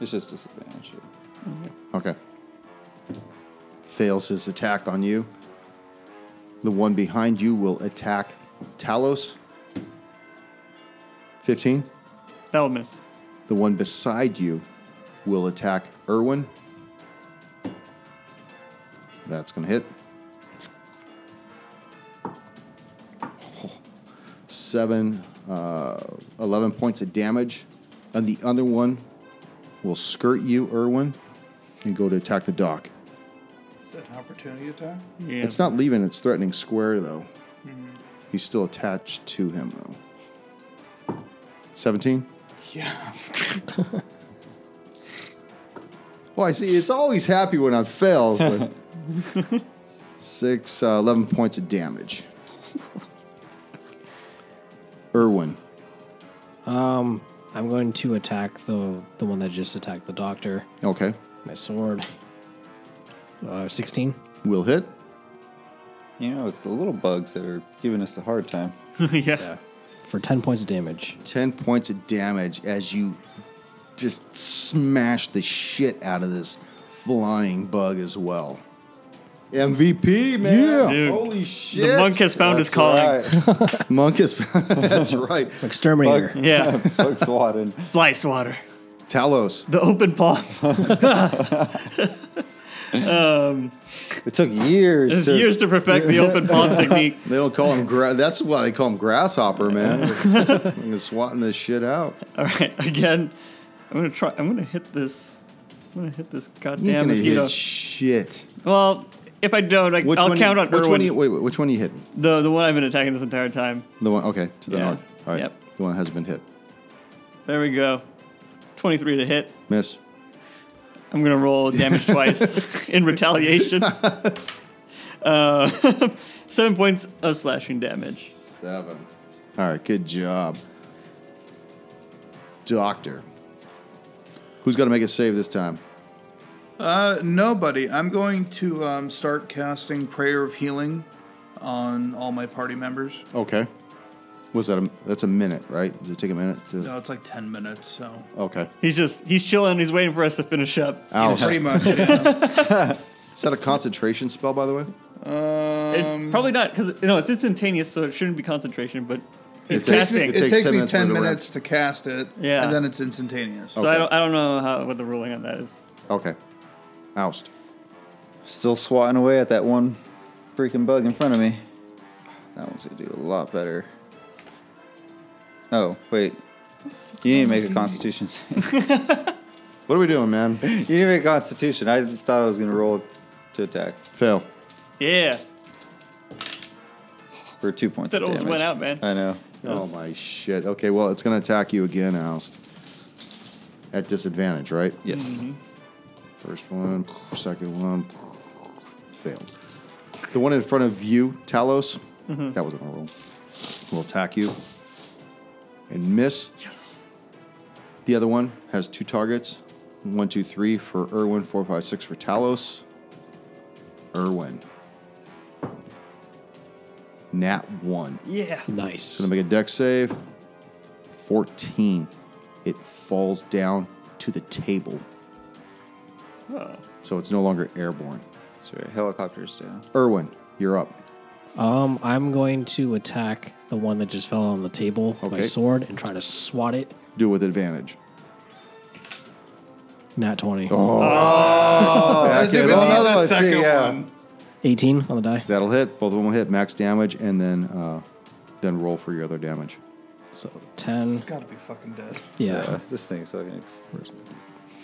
D: It's just disadvantage.
B: Okay. Fails his attack on you. The one behind you will attack Talos. 15.
E: That will miss.
B: The one beside you will attack Irwin. That's going to hit. Seven, uh, 11 points of damage. And the other one will skirt you, Irwin, and go to attack the dock.
C: Is that an opportunity attack?
E: Yeah.
B: It's not leaving, it's threatening square, though. Mm-hmm. He's still attached to him, though. 17?
C: Yeah.
B: Well, I see. It's always happy when I fail. But six, uh, 11 points of damage. Irwin.
F: I'm going to attack the the one that just attacked the doctor.
B: Okay.
F: My sword. Uh, 16.
B: Will hit.
D: You know, it's the little bugs that are giving us the hard time.
E: yeah.
F: For 10 points of damage.
B: 10 points of damage as you just smash the shit out of this flying bug as well. MVP, man.
E: Dude.
B: Holy shit.
E: The monk has found his calling.
B: Monk is. that's right.
F: Exterminator.
E: Yeah.
D: Bug swatted.
E: Fly swatter.
B: Talos.
E: The open palm.
D: It took years.
E: It's
D: to,
E: years to perfect the open palm technique.
B: They don't call him. Gra- that's why they call him grasshopper, man. He's swatting this shit out.
E: All right, again, I'm gonna try. I'm gonna hit this. I'm gonna hit this
B: You
E: goddamn
B: can
E: mosquito.
B: hit shit.
E: well, if I don't, I,
B: Which
E: I'll
B: one
E: count
B: you,
E: on
B: which
E: Irwin.
B: One you, wait, wait, which one are you hitting?
E: the the one I've been attacking this entire time.
B: The one, okay, to the
E: Yeah.
B: north. All right.
E: Yep.
B: The one that hasn't been hit.
E: There we go. Twenty three to hit.
B: Miss.
E: I'm gonna roll damage twice in retaliation. Uh, seven points of slashing damage.
B: Seven. All right, good job. Doctor. Who's got to make a save this time?
C: Uh, nobody. I'm going to um, start casting Prayer of Healing on all my party members.
B: Okay. What's that? A, that's a minute, right? Does it take a minute to.
C: No, it's like 10 minutes, so.
B: Okay.
E: He's just he's chilling. He's waiting for us to finish up.
B: Ow.
C: Pretty much. yeah.
B: Is that a concentration spell, by the way?
E: It-
C: Um,
E: probably not because no, it's instantaneous, so it shouldn't be concentration. But
C: it
E: it's
B: takes-
C: takes, me,
E: casting,
C: it takes
B: takes 10
C: me 10
B: minutes for it to run.
C: minutes to cast it,
E: Yeah.
C: and then it's instantaneous.
E: so
B: okay.
E: I don't I don't know how what the ruling on that is.
B: Okay. Oust.
D: Still swatting away at that one freaking bug in front of me. That one's gonna do a lot better. Oh wait, you need to make a Constitution. save.
B: What are we doing, man?
D: you need to make a Constitution. I thought I was gonna roll to attack
B: Fail.
E: Yeah,
D: for two points.
E: That
D: of
E: almost
D: damage.
E: went out, man.
D: I know.
B: Oh my shit. Okay, well, it's going to attack you again, Oust. At disadvantage, right?
D: Yes.
E: Mm-hmm.
B: First one, second one, failed. The one in front of you, Talos, that wasn't a roll. Will attack you and miss. Yes. The other one has two targets. One, two, three for Irwin. Four, five, six for Talos. Irwin. Nat one.
E: yeah.
F: Nice.
B: Gonna make a deck save. 14. It falls down to the table.
E: Oh.
B: So it's no longer airborne.
D: That's right. Helicopters down.
B: Irwin, you're up.
F: Um, I'm going to attack the one that just fell on the table with my
B: Okay.
F: sword and try to swat it.
B: Do with advantage.
F: Nat 20.
B: Oh.
C: Does it even need the second one?
F: 18 on the die.
B: That'll hit. Both of them will hit max damage, and then uh, then roll for your other damage.
F: So 10.
C: It's gotta be fucking dead.
F: Yeah.
D: Yeah, this thing's fucking. Ex-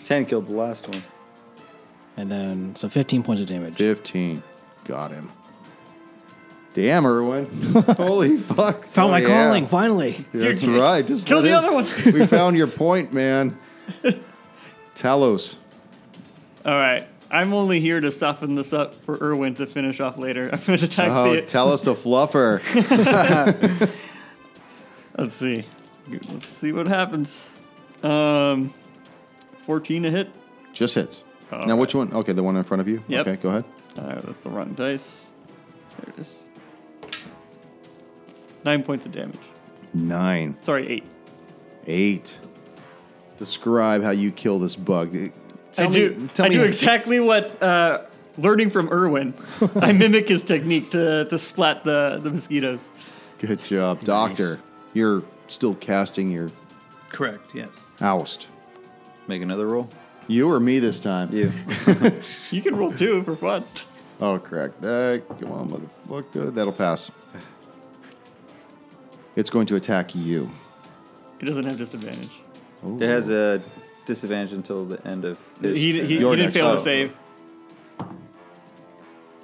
D: Ten killed the last one.
F: And then, so 15 points of damage.
B: Fifteen. Got him. Damn, Irwin. Holy fuck.
F: Found my
C: Oh,
B: Yeah.
F: calling, finally.
B: That's right. Just
E: Kill
B: let
E: the
B: it-
E: other one.
B: we found your point, man. Talos.
E: All right. I'm only here to soften this up for Irwin to finish off later. I'm going to attack
B: Oh,
E: the.
B: Talos the fluffer.
E: let's see. Let's see what happens. Um, 14 to hit.
B: Just hits.
E: All
B: now, which one? Okay, the one in front of you.
E: Yep.
B: Okay, go ahead.
E: All right, that's the rotten dice. There it is. Nine points of damage.
B: Nine.
E: Sorry, eight.
B: Eight. Describe how you kill this bug. Uh, Tell
E: I
B: me-
E: do.
B: tell
E: I
B: me-
E: do exactly what. Uh, learning from Irwin, I mimic his technique to to splat the the mosquitoes.
B: Good job, Doctor. You're still casting your
C: Correct, yes.
B: oust.
D: Make another roll.
B: You or me this time?
D: You.
E: You can roll two for fun.
B: Oh, correct. Uh, come on, motherfucker. That'll pass. It's going to attack you.
E: It doesn't have disadvantage.
D: It has a disadvantage until the end of.
E: He,
D: his
E: he,
D: turn.
E: he
B: Your
E: didn't
B: next
E: fail to
B: round.
E: save.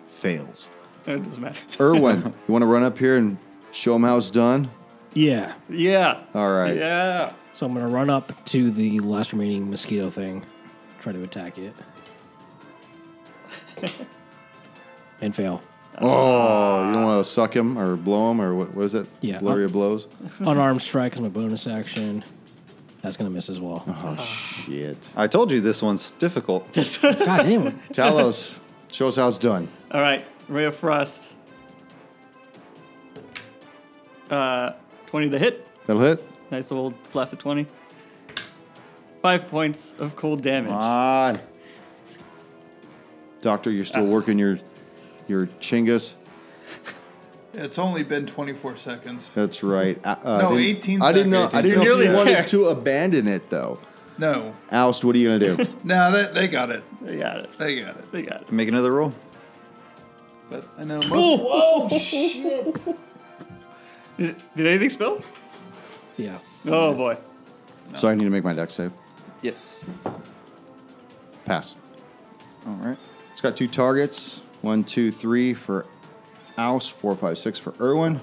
B: Fails.
E: It doesn't matter.
B: Irwin, you want to run up here and show him how it's done?
F: Yeah.
E: Yeah.
B: All right.
E: Yeah.
F: So I'm going to run up to the last remaining mosquito thing, try to attack it. and fail.
B: Oh, you want to suck him or blow him or what, what is it?
F: Yeah.
B: Blurry of blows?
F: Unarmed strike is my bonus action. That's going to miss as well.
C: Uh-huh.
B: Oh, shit.
D: I told you this one's difficult.
F: God damn.
B: Talos, show us how it's done.
E: All right. Ray of Frost. Uh, 20 to hit.
B: That'll hit?
E: Nice old blast of 20. Five points of cold damage.
D: Come on.
B: Doctor, you're still working your your Chingus.
C: It's only been 24 seconds.
B: That's right. I, uh,
C: No,
B: didn't-
C: 18
B: I didn't know. I
C: seconds.
B: didn't know if
E: Nearly
B: you
E: there.
B: wanted to abandon it though.
C: No.
B: Oust, what are you gonna do?
C: No, they, they got it.
E: They got it.
C: They got it.
E: They got it.
D: Make another roll.
C: But I know most.
E: Did, did anything spill?
F: Yeah.
E: Oh, boy.
B: so I need to make my deck save.
D: Yes.
B: Pass.
D: All right.
B: It's got two targets. One, two, three for Oust. Four, five, six for Irwin.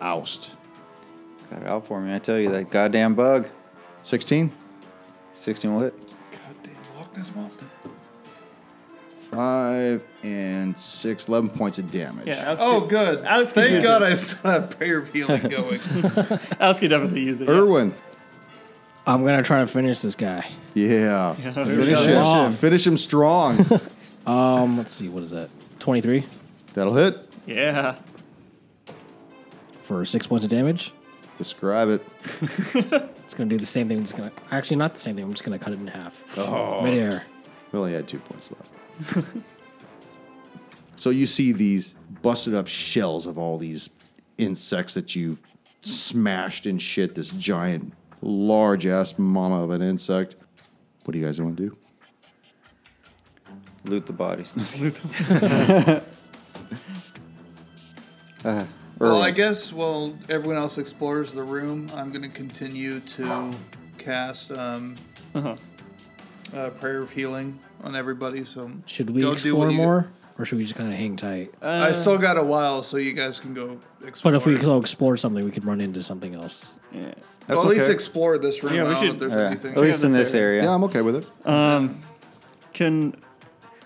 B: Oust.
D: It's got it out for me. I tell you, that goddamn bug.
B: 16.
D: 16 will hit.
C: Goddamn Loch Ness monster.
B: Five and six. 11 points of damage.
E: Yeah, Owski,
C: Oh, good.
E: I was
C: Thank
E: confused.
C: God I still have prayer of healing going.
E: Owski definitely used it. yeah.
B: Irwin.
F: I'm gonna try to finish this guy.
B: Yeah.
E: Finish
B: Finish him.
F: off.
B: Finish him strong.
F: Um, let's see, what is that? 23
B: That'll hit.
E: Yeah.
F: for six points of damage.
B: Describe it.
F: It's gonna do the same thing. I'm just gonna actually not the same thing. I'm just gonna cut it in half. Oh. Midair.
B: We only had two points left. so you see these busted up shells of all these insects that you've smashed and shit. This giant, large ass mama of an insect. What do you guys want to do?
D: Loot the bodies. Uh,
C: well, I guess while everyone else explores the room, I'm going to continue to cast um,
E: Uh-huh.
C: uh, prayer of healing on everybody. So
F: Should we
C: go do Uh, what
F: explore
C: you-
F: more, or should we just kind of hang tight?
C: I
E: Uh,
C: still got a while, so you guys can go explore.
F: but if we go explore something, we could run into something else.
E: Yeah.
C: well, at
D: That's
C: least
D: okay.
C: explore this room.
E: Yeah, we
C: I don't know
E: should-
C: if there's
D: Yeah,
C: anything.
D: At least in
E: this
D: this area.
B: Yeah, I'm okay with it.
E: Can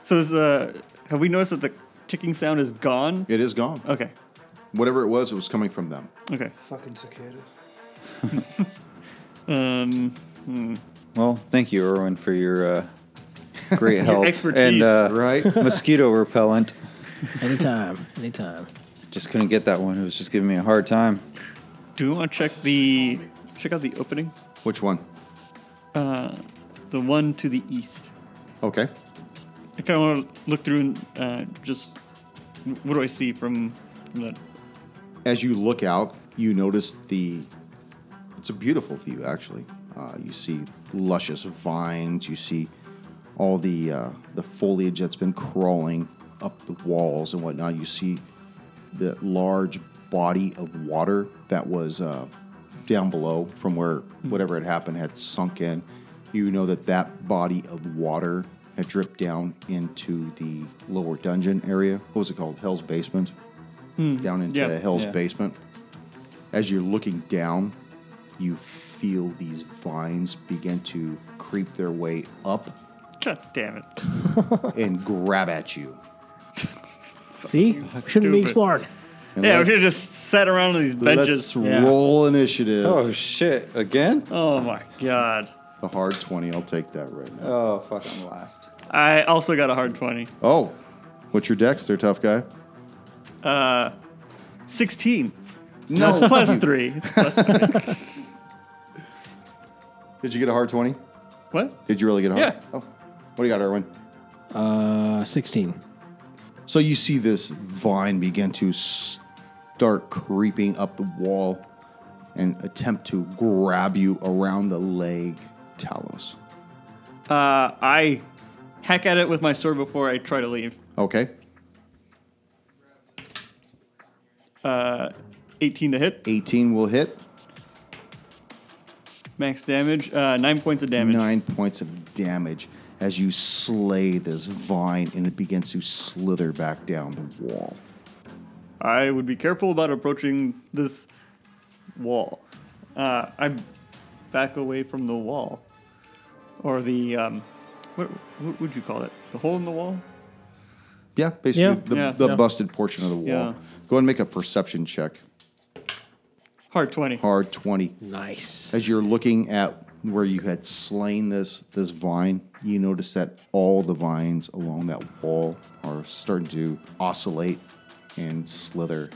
E: so is uh have we noticed that the ticking sound is gone?
B: it is gone.
E: Okay.
B: Whatever it was, it was coming from them.
E: Okay.
C: Fucking cicada.
E: Um.
D: Well, thank you, Erwin, for your uh, great help and
E: expertise.
D: uh,
B: Right?
D: mosquito repellent.
F: Anytime, anytime.
D: Just couldn't get that one. It was just giving me a hard time.
E: Do we want to check the check out the opening?
B: Which one?
E: The one to the east.
B: Okay.
E: I kind of want to look through and uh, just what do I see from, from that?
B: As you look out, you notice the. It's a beautiful view, actually. Uh, you see luscious vines. You see all the uh, the foliage that's been crawling up the walls and whatnot. You see the large body of water that was uh, down below from where whatever had happened had sunk in. You know that that body of water had dripped down into the lower dungeon area. What was it called? Hell's basement. Down into
E: yeah,
B: Hell's
D: yeah.
B: basement. As you're looking down, you feel these vines begin to creep their way up
E: God damn it!
B: and grab at you.
F: See, shouldn't
E: stupid.
F: be explored.
B: And
E: yeah, we
B: let's-
E: should have just sat around on these benches.
B: Let's roll initiative.
D: Oh, shit. Again?
E: Oh my god!
B: The hard 20, I'll take that right now.
D: Oh, fuck, I'm last.
E: I also got a hard twenty.
B: Oh, what's your dex there, tough guy?
E: Sixteen
B: No.
E: plus three. It's plus three.
B: Did you get a hard 20?
E: What?
B: Did you really get a hard?
E: Yeah.
B: Oh. What do you got, Erwin?
F: Uh, 16.
B: So you see this vine begin to start creeping up the wall and attempt to grab you around the leg, Talos.
E: Uh, I hack at it with my sword before I try to leave.
B: Okay.
E: 18 to hit,
B: 18 will hit.
E: max damage, uh, nine points of damage.
B: Nine points of damage as you slay this vine and it begins to slither back down the wall.
E: I would be careful about approaching this wall. Uh, I back away from the wall, or the um, what, what would you call it? The hole in the wall?
B: Yeah, basically
F: Yeah.
B: the,
E: Yeah.
B: the
E: Yeah.
B: busted portion of the wall.
E: Yeah.
B: Go ahead and make a perception check.
E: Hard twenty.
B: Hard 20.
F: Nice.
B: As you're looking at where you had slain this this vine, you notice that all the vines along that wall are starting to oscillate and slither.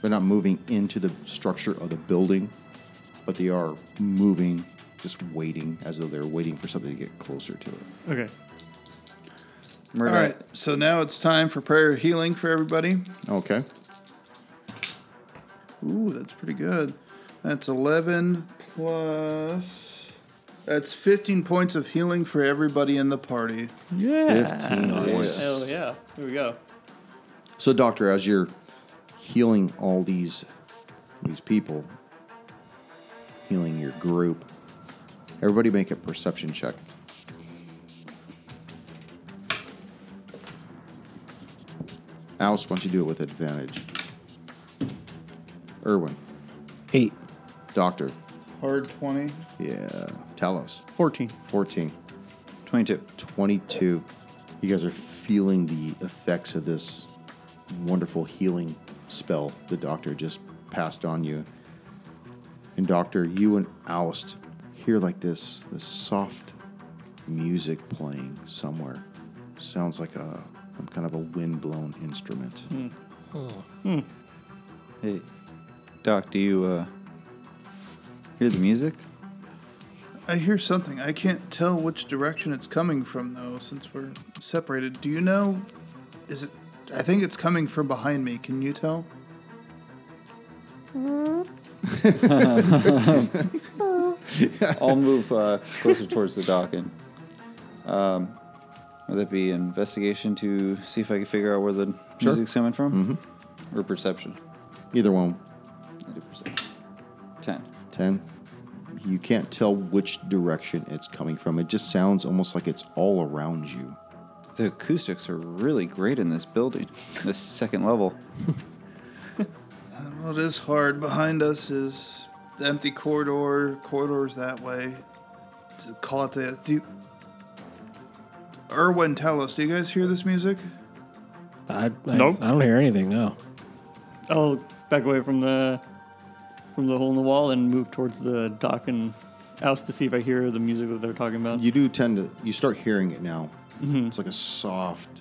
B: They're not moving into the structure of the building, but they are moving, just waiting, as though they're waiting for something to get closer to it.
E: Okay.
D: Murder.
C: All right, so now it's time for prayer of healing for everybody.
B: Okay.
C: Ooh, that's pretty good. That's 11 plus. That's 15 points of healing for everybody in the party.
E: Yeah.
B: 15 points.
E: Hell yeah! Here we go.
B: So, doctor, as you're healing all these these people, healing your group, everybody make a perception check. Oust, why don't you do it with advantage? Irwin.
F: Eight.
B: Doctor.
C: Hard 20.
B: Yeah. Talos.
E: 14.
B: 14.
D: 22.
B: 22. You guys are feeling the effects of this wonderful healing spell the doctor just passed on you. And doctor, you and Oust hear like this this soft music playing somewhere. Sounds like a some kind of a wind-blown instrument.
D: Hey, Doc, do you uh, hear the music?
C: I hear something. I can't tell which direction it's coming from, though, since we're separated. Do you know? Is it. I think it's coming from behind me. Can you tell?
D: I'll move uh, closer towards the dock and um, would that be investigation to see if I can figure out where the
B: Sure.
D: music's coming from, or perception?
B: Either one,
D: I do perception. Ten.
B: 10 you can't tell which direction it's coming from it just sounds almost like it's all around you
D: The acoustics are really great in this building, this second level.
C: Well, it is hard. Behind us is the empty corridor. Corridors that way. To Call it the. Do you, Erwin, tell us. Do you guys hear this music?
F: I, I,
E: Nope.
F: I don't hear anything. No.
E: I'll back away from the from the hole in the wall and move towards the dock and house to see if I hear the music that they're talking about.
B: you do tend to you start hearing it now
D: Mm-hmm.
B: it's like a soft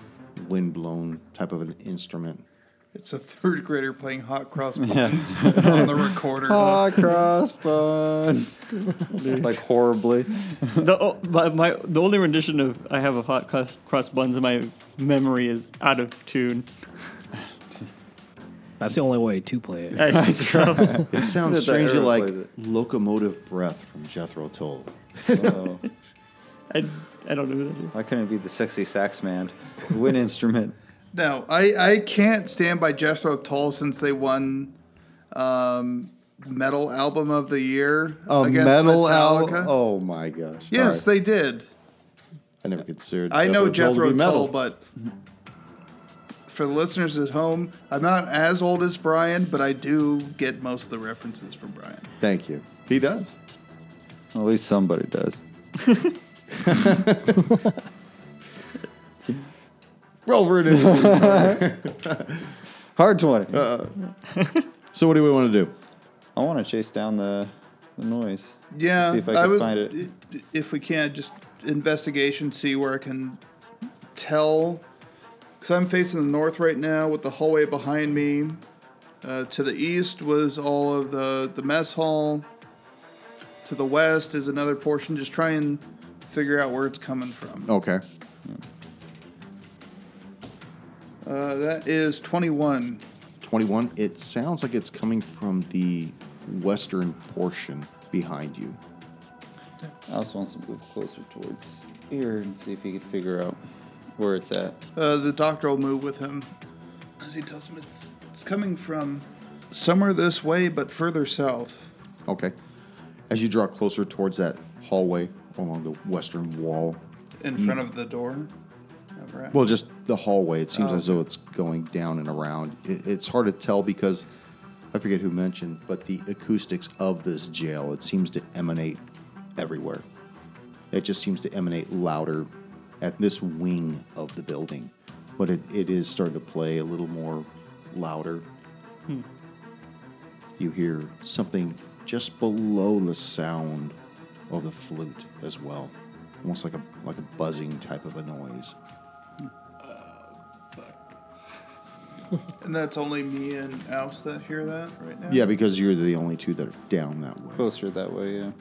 B: windblown type of an instrument
C: It's a third grader playing hot cross buns on the recorder.
B: Uh,
D: Ah, crossbones, like horribly.
E: the oh, my, my the only rendition of I have a hot cross, cross buns in my memory is out of tune.
F: That's the only way to play it.
E: That's
B: it sounds
D: That the
B: strangely
D: arrow
B: like
D: plays it.
B: locomotive breath from jethro tull
D: Oh,
E: I, I don't know who that is.
D: why couldn't it be the sexy sax man? Wind instrument.
C: No, I, I can't stand by Jethro Tull since they won um, metal album of the year
B: al- oh my gosh
C: yes,
B: Sorry.
C: they did.
B: i never considered
C: I know
B: Tull to
C: Jethro
B: be metal.
C: Tull, but for the listeners at home, I'm not as old as Brian, but I do get most of the references from Brian.
B: thank you he does
D: At least somebody does.
B: rover it in
D: Hard twenty.
B: so what do we want to do
D: I want to chase down the, the noise.
C: Yeah,
D: See if I can
C: would,
D: find it.
C: i- If we can, just investigation, see where I can tell. Because I'm facing the north right now with the hallway behind me. Uh, to the east was all of the, the mess hall. To the west is another portion. Just try and figure out where it's coming from.
B: okay
C: Uh, that is 21.
B: 21. It sounds like it's coming from the western portion behind you.
D: I also want to move closer towards here and see if he could figure out where it's at.
C: Uh, the doctor will move with him. As he tells him it's, it's coming from somewhere this way, but further south.
B: Okay. As you draw closer towards that hallway along the western wall,
C: in front of the door. Right.
B: Hmm. well, just the hallway, it seems as though it's going down and around. It, it's hard to tell because I forget who mentioned, but the acoustics of this jail, it seems to emanate everywhere. It just seems to emanate louder at this wing of the building, but it, it is starting to play a little more louder. You hear something just below the sound of the flute as well, almost like a like a buzzing type of a noise.
C: and that's only me and Alps that hear that right now.
B: Yeah, because you're the only two that are down that way.
D: Closer that way, yeah.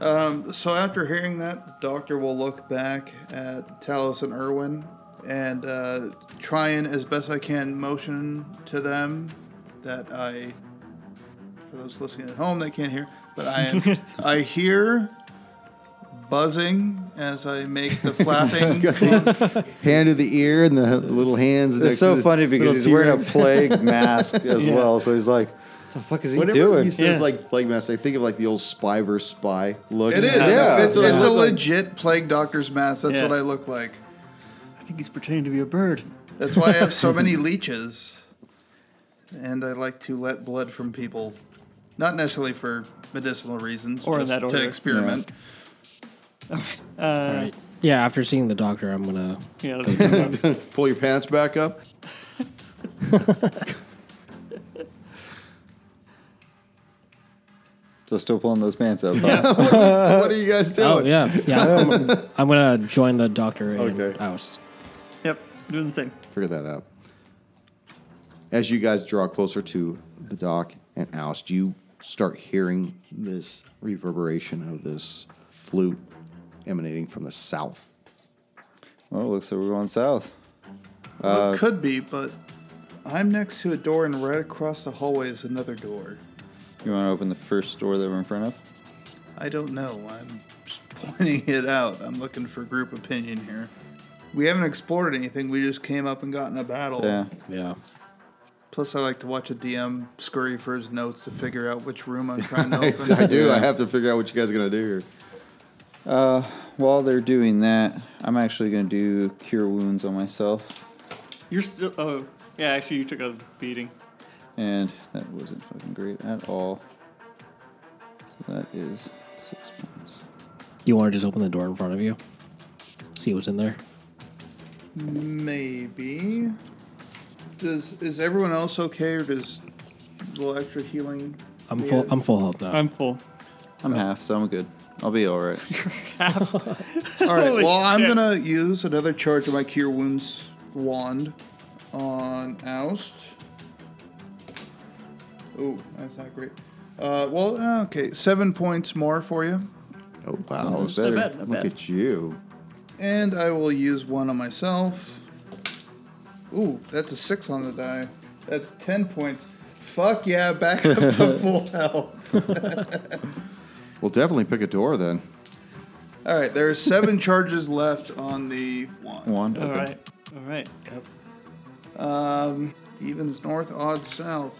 C: Um, so after hearing that, the doctor will look back at Talos and Irwin and uh, try and, as best I can, motion to them that I, for those listening at home, they can't hear, but I am, I hear buzzing as I make the flapping.
B: Hand to the ear and the little hands.
D: It's so funny because he's wearing a plague mask as
E: Yeah.
D: well, so he's like, what the fuck is he
B: Whenever
D: doing?
B: he says
E: Yeah.
B: like plague mask, I think of like the old spy versus spy look.
C: it is.
B: Yeah,
C: it's,
B: that's what
C: it's
B: it
C: a
B: looked like.
C: legit plague doctor's mask. That's
E: Yeah.
C: what I look like.
E: I think he's pretending to be a bird.
C: That's why I have so many leeches. And I like to let blood from people, not necessarily for medicinal reasons,
E: Or in
C: just
E: that
C: to
E: order.
C: experiment.
F: All right. Yeah, after seeing the doctor, I'm gonna.
E: Uh, Yeah, that's what I'm talking about.
B: Pull your pants back up.
D: So still pulling those pants up. huh?
B: what are you guys doing?
F: Oh yeah, yeah. I'm, I'm gonna join the doctor and
B: Okay.
F: house.
E: yep, doing the same.
B: Figure that out. As you guys draw closer to the dock and oust, you start hearing this reverberation of this flute emanating from the south.
D: Well, it looks like we're going south.
C: Well,
B: Uh,
C: it could be, but I'm next to a door, and right across the hallway is another door.
D: You want to open the first door that we're in front of?
C: I don't know. I'm just pointing it out. I'm looking for group opinion here. We haven't explored anything. We just came up and got in a battle.
D: Yeah.
F: Yeah.
C: Plus, I like to watch a DM scurry for his notes to figure out which room I'm trying to open.
B: I do. I have to figure out what you guys are going to do here.
D: While they're doing that, I'm actually going to do cure wounds on myself,
E: You're still. Oh, yeah. Actually, you took a beating.
D: and that wasn't fucking great at all. So that is six points.
F: You want to just open the door in front of you? See what's in there.
C: Maybe. Does is everyone else okay, or does a little extra healing?
F: I'm
C: be
F: full.
C: it?
F: I'm full health now.
E: I'm full.
D: I'm
E: Oh.
D: half, so I'm good. I'll be all right.
C: All right.
E: Holy
C: Well, I'm
E: shit.
C: gonna use another charge of my cure wounds wand on oust. Oh, that's not great. Uh, well, okay, seven points more for you,
B: Oh, wow.
D: Sounds better.
E: Not bad, not
B: Look
E: bad.
B: at you.
C: and I will use one on myself. Ooh, that's a six on the die. That's ten points. Fuck yeah, back up to full health.
B: We'll definitely pick a door then.
C: All right, there are seven charges left on the one.
D: Wand.
E: All
D: open.
E: right. All right.
C: Um, evens north, odds south.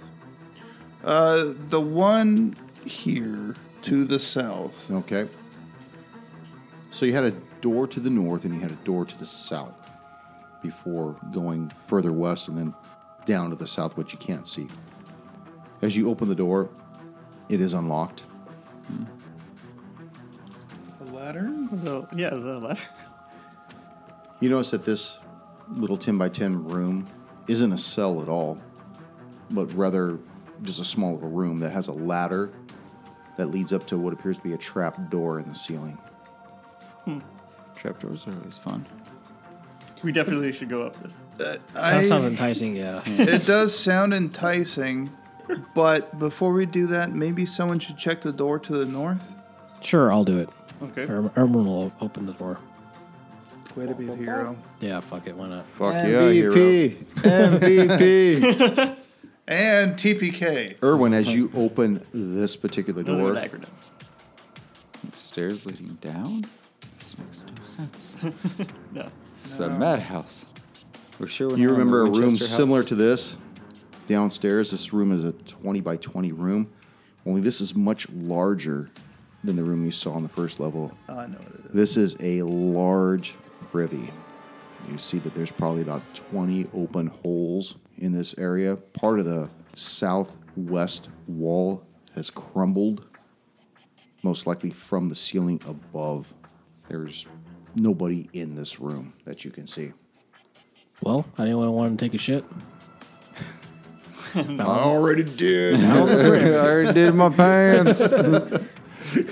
C: Uh, the one here to the south.
B: Okay. So you had a door to the north and you had a door to the south before going further west and then down to the south, which you can't see. As you open the door, it is unlocked.
C: A ladder?
E: So yeah, is that a ladder?
B: You notice that this little 10 by 10 room isn't a cell at all, but rather just a small little room that has a ladder that leads up to what appears to be a trap door in the ceiling.
D: Trapdoors are always fun.
E: We definitely should go up this.
C: I,
F: that sounds enticing. Yeah.
C: it does sound enticing, but before we do that, maybe someone should check the door to the north.
F: sure, I'll do it.
E: Okay.
F: Erm- Erwin will o- open the door.
C: Way to be the hero.
F: Yeah. Fuck it. Why not?
B: Fuck yeah, hero.
D: MVP. MVP.
C: And TPK.
B: Erwin, as you open this particular
E: Those are
B: door,
E: the acronyms.
D: Stairs leading down? This makes no sense.
E: No.
D: It's a madhouse. We're sure we're
B: You
D: not in
B: remember a
D: the
B: room
D: Winchester house?
B: similar to this downstairs? This room is a 20 by 20 room, only this is much larger than the room you saw on the first level.
C: I know what it is.
B: This is a large privy. You see that there's probably about 20 open holes in this area. Part of the southwest wall has crumbled, most likely from the ceiling above. There's nobody in this room that you can see.
F: Well, anyone want to take a shit?
B: I already did.
D: I already did my pants. you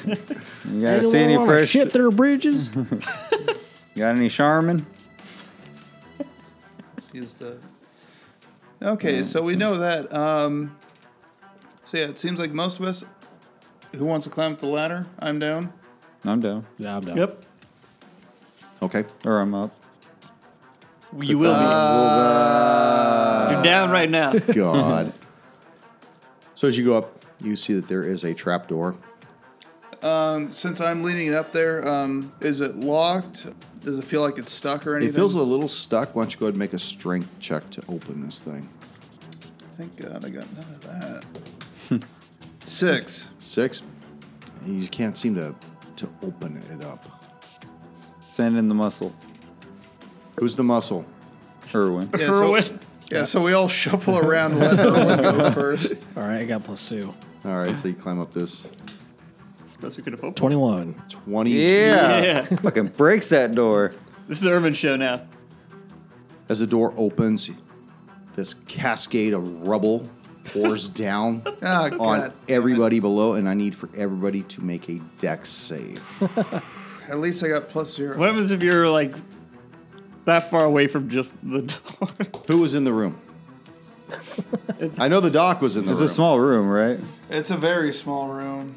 D: gotta see any
F: Anyone wanna
D: fresh?
F: shit their bridges?
D: Got any Charmin?
C: Let's use the. Okay, so we know that. Um, so yeah, it seems like most of us. Who wants to climb up the ladder? I'm down.
D: I'm down.
F: yeah, I'm down.
E: Yep.
B: Okay.
D: Or I'm up.
E: You will be. You're down right now.
B: God. so as you go up, you see that there is a trap door.
C: Since I'm leaning it up there, um, is it locked? Does it feel like it's stuck or
B: It
C: anything?
B: feels a little stuck. Why don't you go ahead and make a strength check to open this thing?
C: Thank God I got none of that. Six.
B: Six. You can't seem to to open it up.
D: Send in the muscle.
B: Who's the muscle?
D: Irwin.
C: Yeah, so,
E: Irwin.
C: yeah, so we all shuffle around and let Irwin go first.
F: All right, I got plus two.
B: All right, so you climb up this
E: It's the best we could have hoped.
F: 21.
B: 20.
D: Yeah.
E: Yeah.
D: Fucking breaks that door.
E: This is Irvin's show now.
B: As the door opens, this cascade of rubble pours down
C: Ah,
B: on
C: God.
B: everybody below, and I need for everybody to make a dex save.
C: At least I got plus zero.
E: What happens if you're like that far away from just the door?
B: Who was in the room? I know the doc was in the
D: It's
B: room.
D: a small room, right?
C: It's a very small room.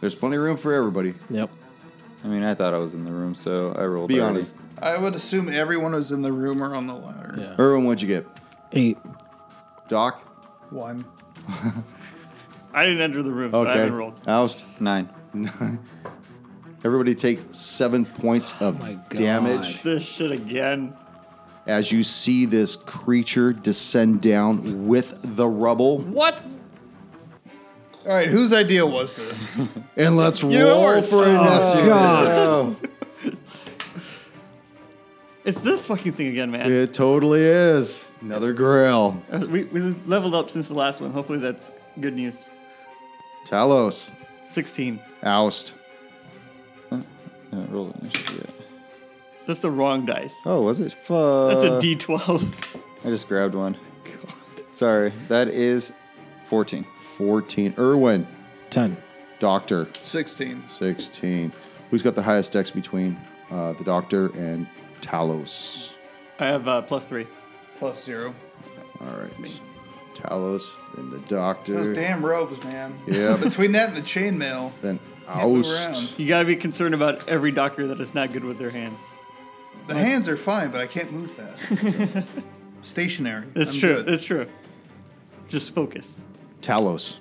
B: There's plenty of room for everybody.
F: Yep.
D: I mean, I thought I was in the room, so I rolled.
B: Be
D: already.
B: honest.
C: I would assume everyone was in the room or on the ladder.
F: Yeah.
B: Erwin, what'd you get?
F: Eight.
B: Doc?
C: One.
E: I didn't enter the room, so I
B: Okay.
E: haven't rolled.
B: Oust.
D: Nine.
B: Everybody take seven points of
F: my God.
B: damage
E: This shit again.
B: as you see this creature descend down with the rubble.
E: What?
C: All right, whose idea was this?
B: And let's roll
E: Yours.
B: for initiative.
E: It's this fucking thing again, man.
B: It totally is. Another grill.
E: Uh, We, we leveled up since the last one. Hopefully that's good news.
B: Talos.
E: 16.
B: Oust.
D: Yeah, I rolled initiative.
E: That's the wrong dice.
D: Oh, was it? Fuck.
E: That's a D12.
D: I just grabbed one. Sorry. That is 14.
B: 14. Erwin.
F: 10.
B: Doctor.
C: 16.
B: 16. Who's got the highest dex between uh, the doctor and Talos?
E: I have uh, plus three.
C: Plus zero.
B: All right. Talos, then the doctor,
C: Those damn robes, man.
B: Yeah.
C: Between that and the chainmail.
B: then
C: move
B: Oust.
C: around.
E: You gotta be concerned about every doctor that is not good with their hands.
C: The hands are fine, but I can't move fast. Stationary.
E: It's
C: I'm
E: true.
C: good.
E: It's true. Just focus.
B: Talos,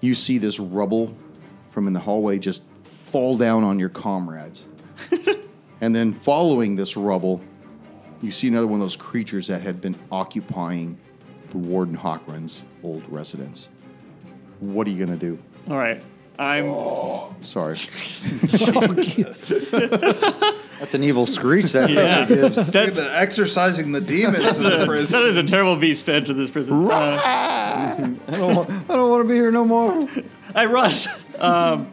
B: you see this rubble from in the hallway just fall down on your comrades. and then following this rubble, you see another one of those creatures that had been occupying the Warden Hawkrun's old residence. What are you going to do?
E: All right. I'm.
B: Sorry.
D: That's an evil screech that
E: yeah. That's,
C: Look at the exercising the demons in the
E: a, that
C: prison.
E: is a terrible beast to enter this prison. Uh,
D: I don't want to be here no more.
E: I run. um,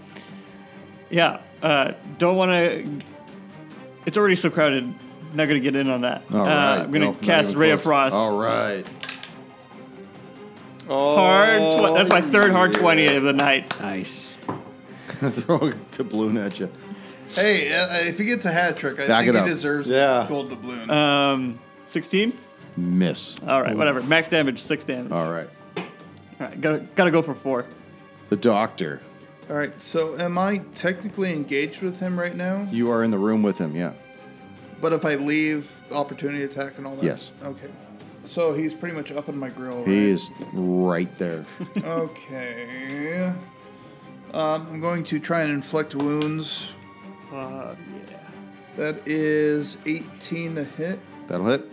E: yeah. Uh, don't want to. It's already so crowded. Not gonna get in on that.
B: All
E: uh,
B: right.
E: I'm gonna
B: Nope, not
E: cast
B: even
E: Ray of
B: close.
E: Frost.
B: All right.
E: Hard. Tw- that's my third hard twenty of the night.
F: Nice.
B: Throw a doubloon at you.
C: hey, uh, if he gets a hat trick, I
B: Back
C: think
B: it
C: he
B: up.
C: deserves
D: Yeah.
C: a gold doubloon.
E: Um, sixteen.
B: Miss.
E: All right. Whatever. Max damage. Six damage. All
B: All right.
E: right. Gotta gotta go for four.
B: The doctor.
C: All right, so am I technically engaged with him right now?
B: You are in the room with him, yeah.
C: But if I leave, opportunity attack and all that?
B: Yes.
C: Okay. So he's pretty much up in my grill, right?
B: He is right there.
C: Okay. Um, I'm going to try and inflict wounds.
E: Fuck Uh, yeah.
C: That is 18 to hit
B: That'll hit.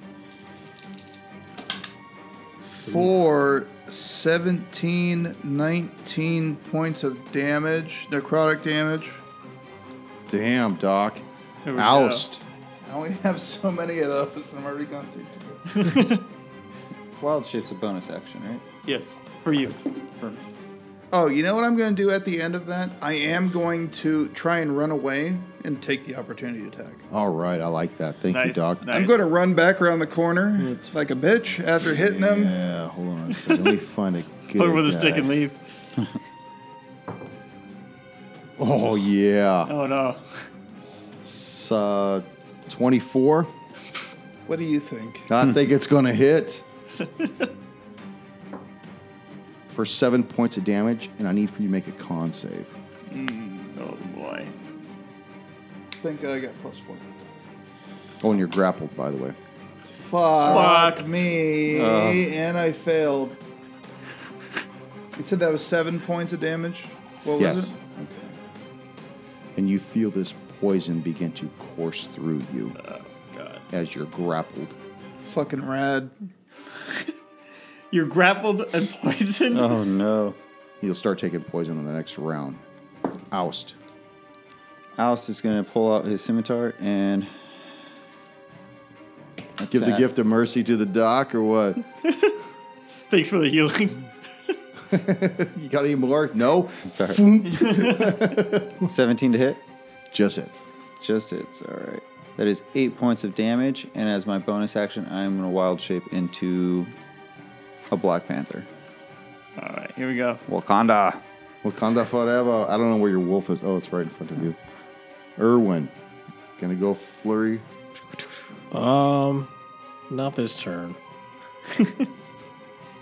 C: for 17, 19 points of damage, necrotic damage.
B: Damn, Doc.
E: Here we go.
B: Oust.
C: I only have so many of those, and I'm already gone through two.
D: Wild shape's a bonus action, right?
E: Yes. For you.
C: Oh, you know what I'm going to do at the end of that? I am going to try and run away and take the opportunity attack.
B: All right, I like that. Thank you,
E: Nice.
B: Doc.
E: nice.
C: I'm going to run back around the corner like a bitch after hitting him.
B: Yeah, hold on a second. Let me find a good.
E: Poke him with a
B: guy.
E: stick and leave.
B: Oh yeah.
E: Oh no.
B: It's uh, 24.
C: What do you think?
B: I think it's gonna hit. For seven points of damage, and I need for you to make a con save.
E: Oh boy.
C: I think I got plus four.
B: Oh, and you're grappled, by the way.
C: Fuck,
E: Fuck.
C: me. and I failed. You said that was seven points of damage? What was Oh,
B: Yes.
C: it?
B: And you feel this poison begin to course through you
E: God.
B: as you're grappled.
C: Fucking rad.
E: You're grappled and poisoned.
D: Oh no.
B: You'll start taking poison on the next round. Oust.
D: Oust is gonna pull out his scimitar and
B: Give the
D: that.
B: gift of mercy to the doc or what?
E: Thanks for the healing.
B: You got any more? No?
D: Sorry. 17 to hit.
B: Just hits.
D: Just hits. All right. That is eight points of damage, and as my bonus action, I'm going to wild shape into a Black Panther.
E: All right, here we go.
D: Wakanda.
B: Wakanda forever. I don't know where your wolf is. Oh, it's right in front of you. Irwin. Gonna go flurry.
F: Um, not this turn.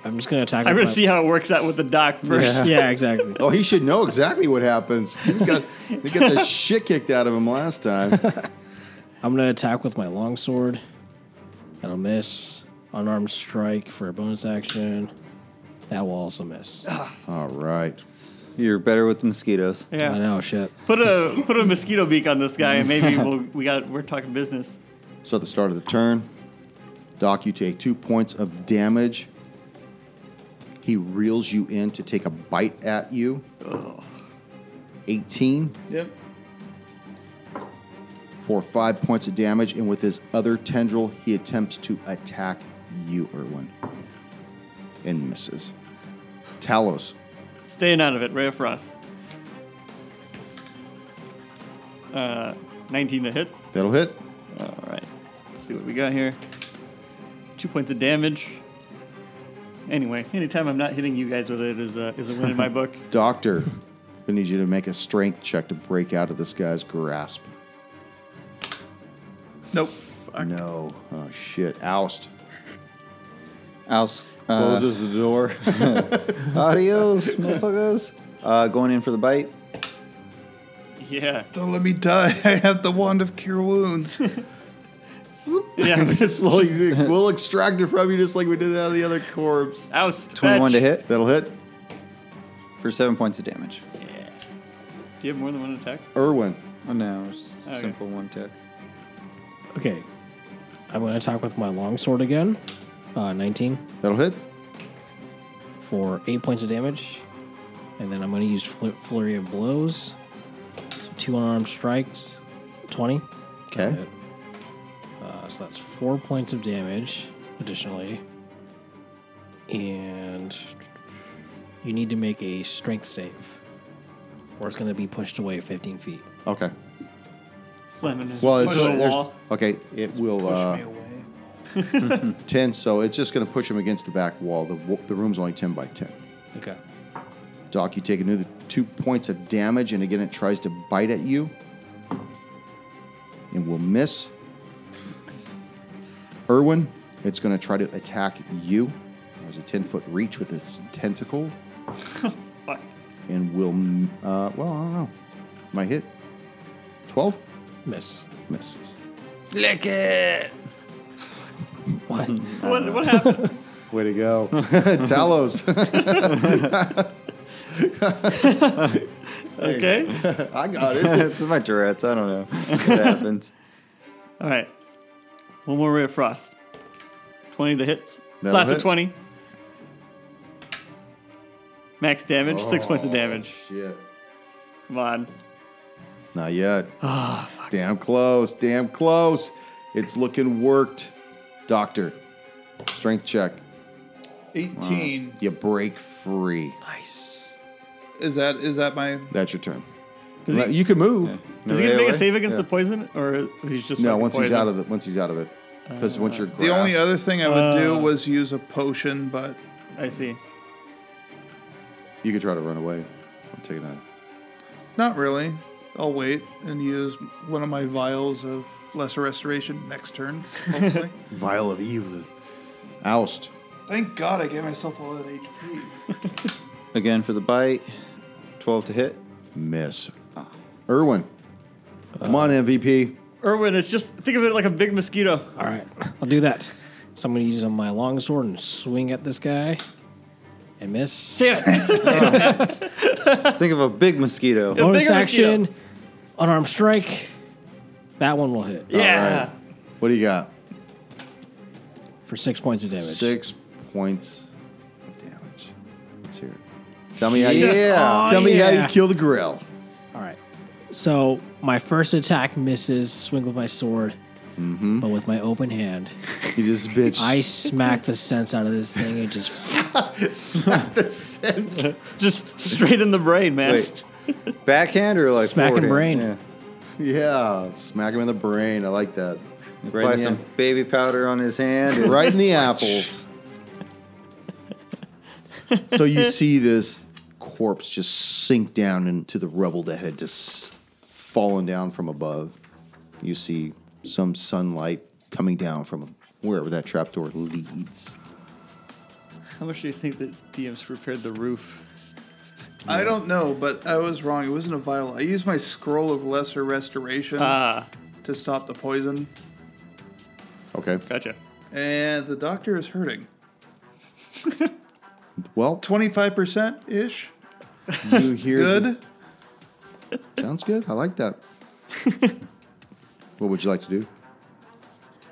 F: I'm just gonna attack.
E: I'm
F: with
E: gonna
F: my-
E: see how it works out with the doc first.
F: Yeah, exactly.
B: Oh, he should know exactly what happens. He got, he got the shit kicked out of him last time.
F: I'm gonna attack with my longsword. That'll miss. Unarmed strike for a bonus action. That will also miss.
B: All right.
D: You're better with the mosquitoes.
E: Yeah.
F: I know, shit.
E: Put a put a mosquito beak on this guy, and maybe we'll, we got we're talking business.
B: So at the start of the turn, Doc, you take two points of damage. He reels you in to take a bite at you. 18
C: Yep.
B: for five points of damage, and with his other tendril, he attempts to attack you, Erwin, and misses. Talos,
E: Staying out of it, Ray of Frost. Uh, 19 to hit.
B: that'll hit.
E: All right. Let's see what we got here. Two points of damage. Anyway, anytime I'm not hitting you guys with it is a, is a win in my book.
B: Doctor, I need you to make a strength check to break out of this guy's grasp.
C: Nope.
B: No. Oh, shit. Oust.
D: Ouse. Uh,
B: Closes the door.
D: adios, motherfuckers. Uh, going in for the bite.
E: Yeah.
C: Don't let me die. I have the wand of cure wounds.
E: Yeah.
B: Just like we'll extract it from you, just like we did out of the other corpse.
E: Oust.
D: 21 to
E: fetch.
D: hit
B: That'll hit.
D: for seven points of damage.
E: Do you have more than one attack?
B: Irwin.
D: Oh, no. It's just a
E: Okay.
D: simple one tick.
F: Okay. I'm gonna attack with my longsword again. Uh, 19
B: That'll hit.
F: for eight points of damage, and then I'm gonna use fl- flurry of blows. So two unarmed strikes, 20.
B: Okay.
F: Uh, so that's four points of damage additionally. And you need to make a strength save, or it's going to be pushed away 15 feet.
B: Okay.
E: Slamming his
B: Well, it's
E: push the wall.
B: okay. It will uh,
C: me away.
B: ten, so it's just going to push him against the back wall. The w- the room's only ten by ten.
F: Okay.
B: Doc, you take another two points of damage, and again, it tries to bite at you, and will miss. Irwin, it's going to try to attack you. Has a ten foot reach with its tentacle,
E: Fuck.
B: and will m- uh, well, I don't know. Might hit twelve.
F: Miss.
B: Misses.
F: What?
E: What, what happened?
B: Way to go, Talos!
E: okay.
B: I got it.
D: it's my Tourette's. I don't know. It happens.
E: All right. One more ray of frost. 20 to hits.
B: That'll
E: Last
B: hit.
E: of 20. Max damage, six points of damage.
B: Oh, Shit.
E: Come on.
B: Not yet. damn close. Damn close. It's looking worked. Doctor, strength check.
C: 18.
B: You break free.
C: Is that is that my
B: That's your turn.
E: Does he-
B: you can move.
E: Does he
D: Right
E: get to make
D: away?
E: a save against the poison, or is he just
B: No,
E: fucking
B: once he's
E: poisoned?
B: out of it. Once he's out of it. Because once you're
C: The only other thing I would do was use a potion, but
E: I see.
B: you could try to run away. I'll take it out.
C: not really. I'll wait and use one of my vials of lesser restoration next turn. Hopefully.
B: Vial of evil. Oust.
C: Thank God I gave myself all that HP.
D: Again for the bite. 12 to hit.
B: Miss. Ah. Irwin. Come on, MVP.
E: Erwin, it's just think of it like a big mosquito.
F: All right. I'll do that. So I'm going to use my longsword and swing at this guy and miss.
E: Damn it.
D: Think of a big mosquito.
F: Bonus
E: bigger mosquito.
F: action. Unarmed strike. That one will hit
E: yeah.
B: right. What do you got?
F: for six points of damage.
B: Six points of damage. Let's hear it. Tell me how you
D: Yeah.
B: Tell me how
F: yeah.
B: you kill the grill.
F: All right. So my first attack misses. Swing with my sword.
E: Mm-hmm.
F: But with my open hand,
B: You just bitch.
F: I smack the sense out of this thing. It just
B: smack the sense.
E: Just straight in the brain, man.
D: Wait, backhand or like
F: Smack and
D: forehand?
F: brain.
D: Yeah.
B: yeah, smack him in the brain. I like that. Right
D: Apply
B: in the
D: some baby powder on his hand. and-
B: right in the apples. so you see this corpse just sink down into the rubble that had just fallen down from above. You see some sunlight coming down from wherever that trapdoor leads.
E: How much do you think that DM's repaired the roof?
C: I don't know, but I was wrong. It wasn't a vial. I used my scroll of lesser restoration
E: Ah,
C: to stop the poison,
B: Okay.
E: gotcha.
C: and the doctor is hurting.
B: Well,
C: Twenty-five percent ish.
B: you hear.
C: Good.
B: Sounds good. I like that. what would you like to do?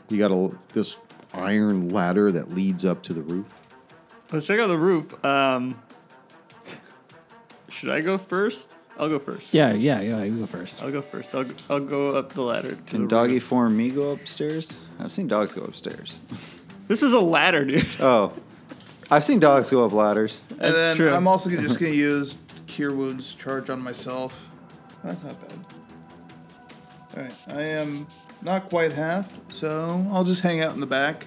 B: You got a this iron ladder that leads up to the roof.
E: Let's check out the roof. Um, should I go first? I'll go first.
F: yeah, yeah, yeah. You go first.
E: I'll go first. I'll, I'll go up the ladder. To the
D: Can doggy form me go upstairs? I've seen dogs go upstairs.
E: roof. This is a ladder, dude.
D: Oh, I've seen dogs go up ladders.
C: and then
E: true.
C: I'm also gonna- just going to use Cure Wounds charge on myself. That's not bad. All right, I am not quite half, so I'll just hang out in the back.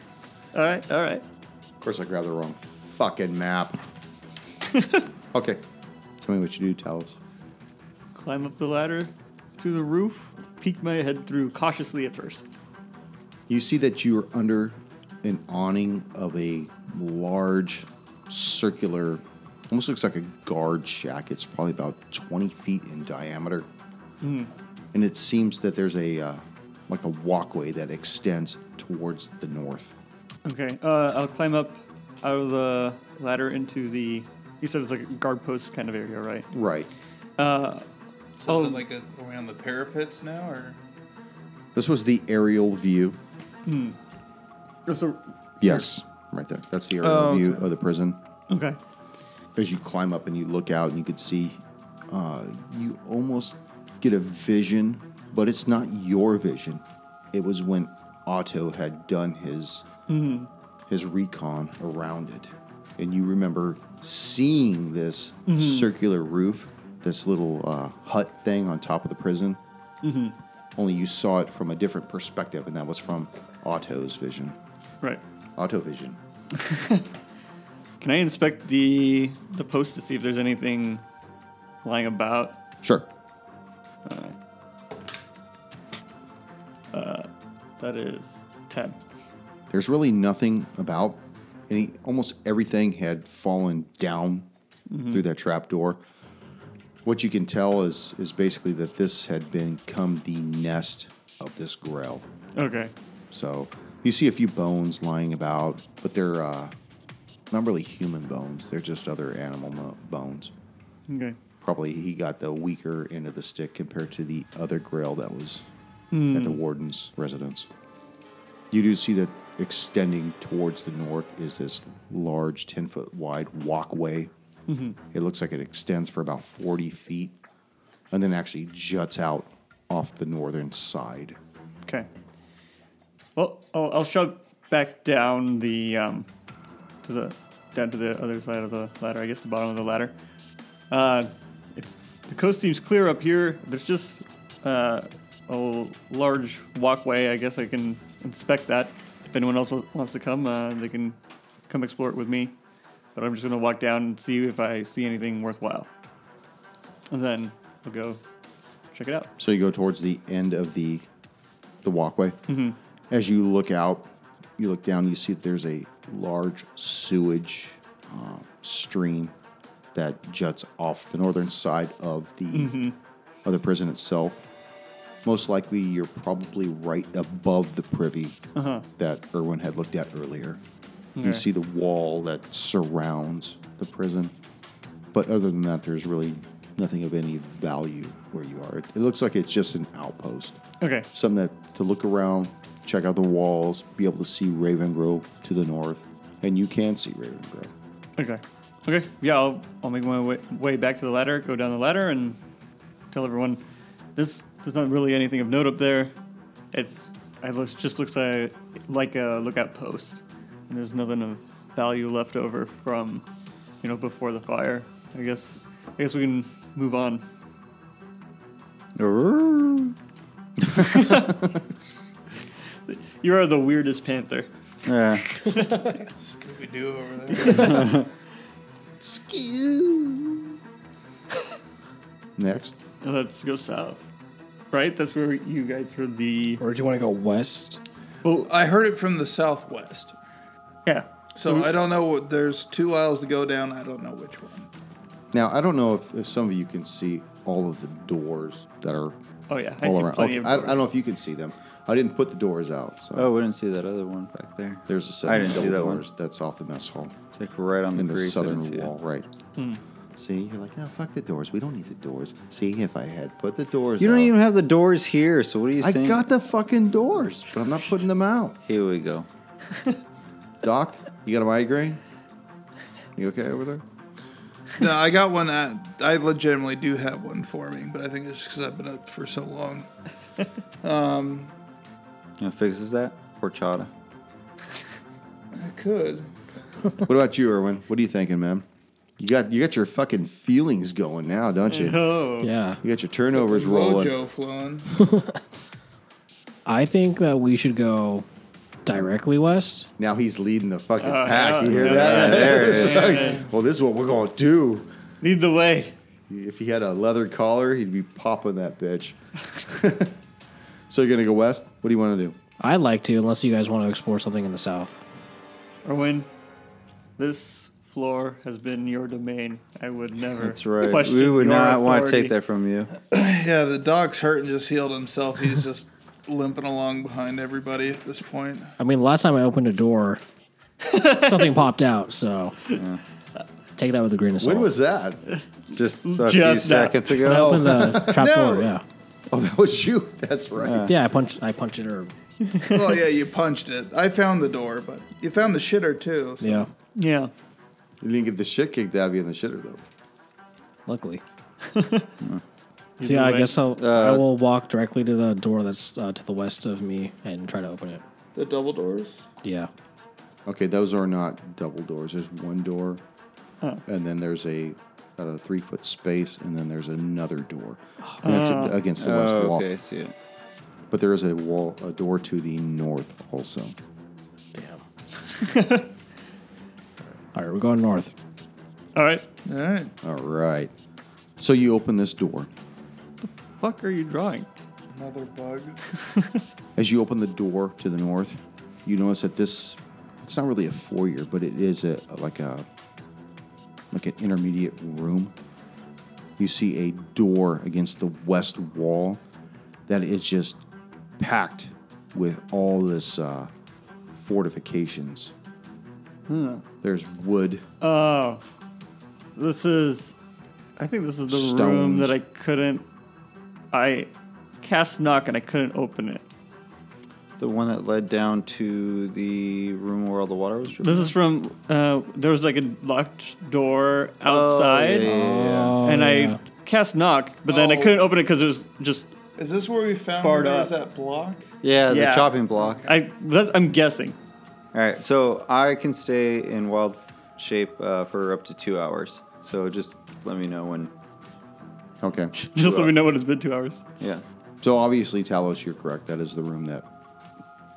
E: All right, all right.
B: Of course, I grabbed the wrong fucking map. okay, tell me what you do, Talos.
E: Climb up the ladder to the roof. Peek my head through cautiously at first.
B: You see that you are under an awning of a large circular, almost looks like a guard shack. It's probably about 20 feet in diameter. And it seems that there's a, uh, like a walkway that extends towards the north.
E: Okay, uh, I'll climb up out of the ladder into the. You said it's like a guard post kind of area, right?
B: Right.
C: So
E: Oh.
C: is it like a, are we on the parapets now, or
B: This was the aerial view. Yes, right there. That's the aerial
C: Oh,
B: view of the prison.
E: Okay.
B: as you climb up and you look out and you could see, uh, you almost get a vision, but it's not your vision. It was when Otto had done his his recon around it, and you remember seeing this circular roof, this little uh, hut thing on top of the prison. Only you saw it from a different perspective, and that was from Otto's vision.
E: Right.
B: Otto vision.
E: Can I inspect the the post to see if there's anything lying about?
B: Sure.
E: That is ten.
B: There's really nothing about any. Almost everything had fallen down through that trap door. What you can tell is is basically that this had become the nest of this grell.
E: Okay.
B: So you see a few bones lying about, but they're uh, not really human bones. They're just other animal mo- bones.
E: Okay.
B: Probably he got the weaker end of the stick compared to the other grail that was at the warden's residence. You do see that extending towards the north is this large 10 foot wide walkway. It looks like it extends for about 40 feet and then actually juts out off the northern side.
E: Okay. Well, I'll, I'll shove back down the um, to the down to the other side of the ladder. I guess the bottom of the ladder. Uh, it's the coast seems clear up here. There's just uh, a large walkway. I guess I can inspect that. If anyone else wa- wants to come, uh, they can come explore it with me. But I'm just gonna walk down and see if I see anything worthwhile, and then I'll go check it out.
B: So you go towards the end of the the walkway. As you look out, you look down. You see that there's a large sewage uh, stream that juts off the northern side of the of the prison itself. Most likely, you're probably right above the privy that Irwin had looked at earlier. You
E: Okay.
B: see the wall that surrounds the prison. But other than that, there's really nothing of any value where you are. It, it looks like it's just an outpost.
E: Okay.
B: Something that to look around, check out the walls, be able to see Raven Grove to the north, and you can see Raven Grove.
E: Okay. Okay. Yeah, I'll, I'll make my way, way back to the ladder, go down the ladder, and tell everyone this. There's not really anything of note up there. It's It looks, just looks like, like a lookout post. And there's nothing of value left over from, you know, before the fire. I guess I guess we can move on. You are the weirdest panther.
D: Yeah.
C: Scooby Doo over there.
B: Next.
E: Let's go south. Right? That's where you guys heard the.
F: Or do you want to go west?
E: Well,
C: I heard it from the southwest, Mm-hmm.
E: yeah.
C: so I don't know. What, there's two aisles to go down. I don't know which one.
B: Now, I don't know if, if some of you can see all of the doors that are
E: Oh, yeah. I
B: all
E: see
B: around.
E: plenty of
B: Okay, I, I don't know
E: doors.
B: if you can see them. I didn't put the doors out, so
D: Oh, we didn't see that other one back there.
B: there's a set
D: I
B: of
D: didn't see
B: double
D: that one.
B: doors that's off the mess hall
D: It's like right on
B: in
D: the,
B: the
D: grease, I didn't
B: southern
D: see it.
B: wall, right? See, you're like, oh, fuck the doors. We don't need the doors. See, if I had put the doors
D: You don't
B: out-
D: even have the doors here, so what are you
B: I
D: saying?
B: got the fucking doors, but I'm not putting them out.
D: Here we go.
B: Doc, you got a migraine? You okay over there?
C: No, I got one. I, I legitimately do have one for me, but I think it's because I've been up for so long.
D: You know, fixes that? Horchata.
C: I could.
B: What about you, Erwin? What are you thinking, man? You got you got your fucking feelings going now, don't you? You
E: Oh.
F: Yeah.
B: got your turnovers rolling.
C: Mojo flowing.
F: I think that we should go directly west.
B: Now he's leading the fucking
E: Uh,
B: pack. you
E: yeah,
B: hear
E: yeah,
B: that?
E: yeah,
B: there it is.
E: yeah, yeah.
B: Well, this is what we're gonna do.
E: Lead the way.
B: If he had a leather collar, he'd be popping that bitch. so you're gonna go west? What do you want to do?
F: I'd like to, unless you guys want to explore something in the south.
E: Erwin, this floor has been your domain. I would never.
D: That's right.
E: Question
D: we would
E: your
D: not want to
E: authority.
D: take that from you.
C: Yeah, the dog's hurt and just healed himself. He's just limping along behind everybody at this point.
F: I mean, last time I opened a door, something popped out. So take that with a grain of salt.
B: When was that?
D: Just a
E: Just
D: few
E: now.
D: seconds
F: I
D: ago.
F: opened the trap
C: No.
F: door? Yeah.
B: Oh, that was you. That's right.
F: Yeah, I punched. I punched it, or
C: well, yeah, you punched it. I found the door, but you found the shitter too. so-
F: yeah.
E: Yeah.
B: You didn't get the shit kicked out of you in the shitter though.
F: Luckily. so yeah, I
E: way.
F: guess I'll, I
D: Uh,
F: will walk directly to the door that's uh, to the west of me and try to open it.
C: The double doors.
F: Yeah.
B: Okay, those are not double doors. There's one door,
D: Oh.
B: and then there's a about a three foot space, and then there's another door. And that's against the west
D: Oh,
B: wall.
D: okay, I see it.
B: But there is a wall, a door to the north also.
F: Damn. All right, we're going north.
E: All right.
C: All right.
B: All right. So you open this door.
E: Fuck, are you drawing?
C: Another bug.
B: As you open the door to the north, you notice that this it's not really a foyer, but it is a like a like an intermediate room. You see a door against the west wall that is just packed with all this uh, fortifications. There's wood.
E: Oh, this is. I think this is the room
B: Stones.
E: that I couldn't. I cast knock and I couldn't open it.
D: The one that led down to the room where all the water was dripping.
E: This is from. Uh, there was like a locked door outside,
D: yeah, yeah, yeah.
E: and
F: Oh,
E: I
F: yeah.
E: cast knock, but then I
C: Oh.
E: couldn't open it because it was just.
C: Is this where we found
E: Barred
C: there
E: up.
C: was that block?
D: Yeah,
E: Yeah.
D: the chopping block.
E: I. That, I'm guessing.
D: All right, so I can stay in wild shape uh, for up to two hours. So just let me know when.
B: Okay.
E: Just let
D: Right.
E: me know when it's been two hours.
D: Yeah.
B: So obviously, Talos, you're correct. That is the room that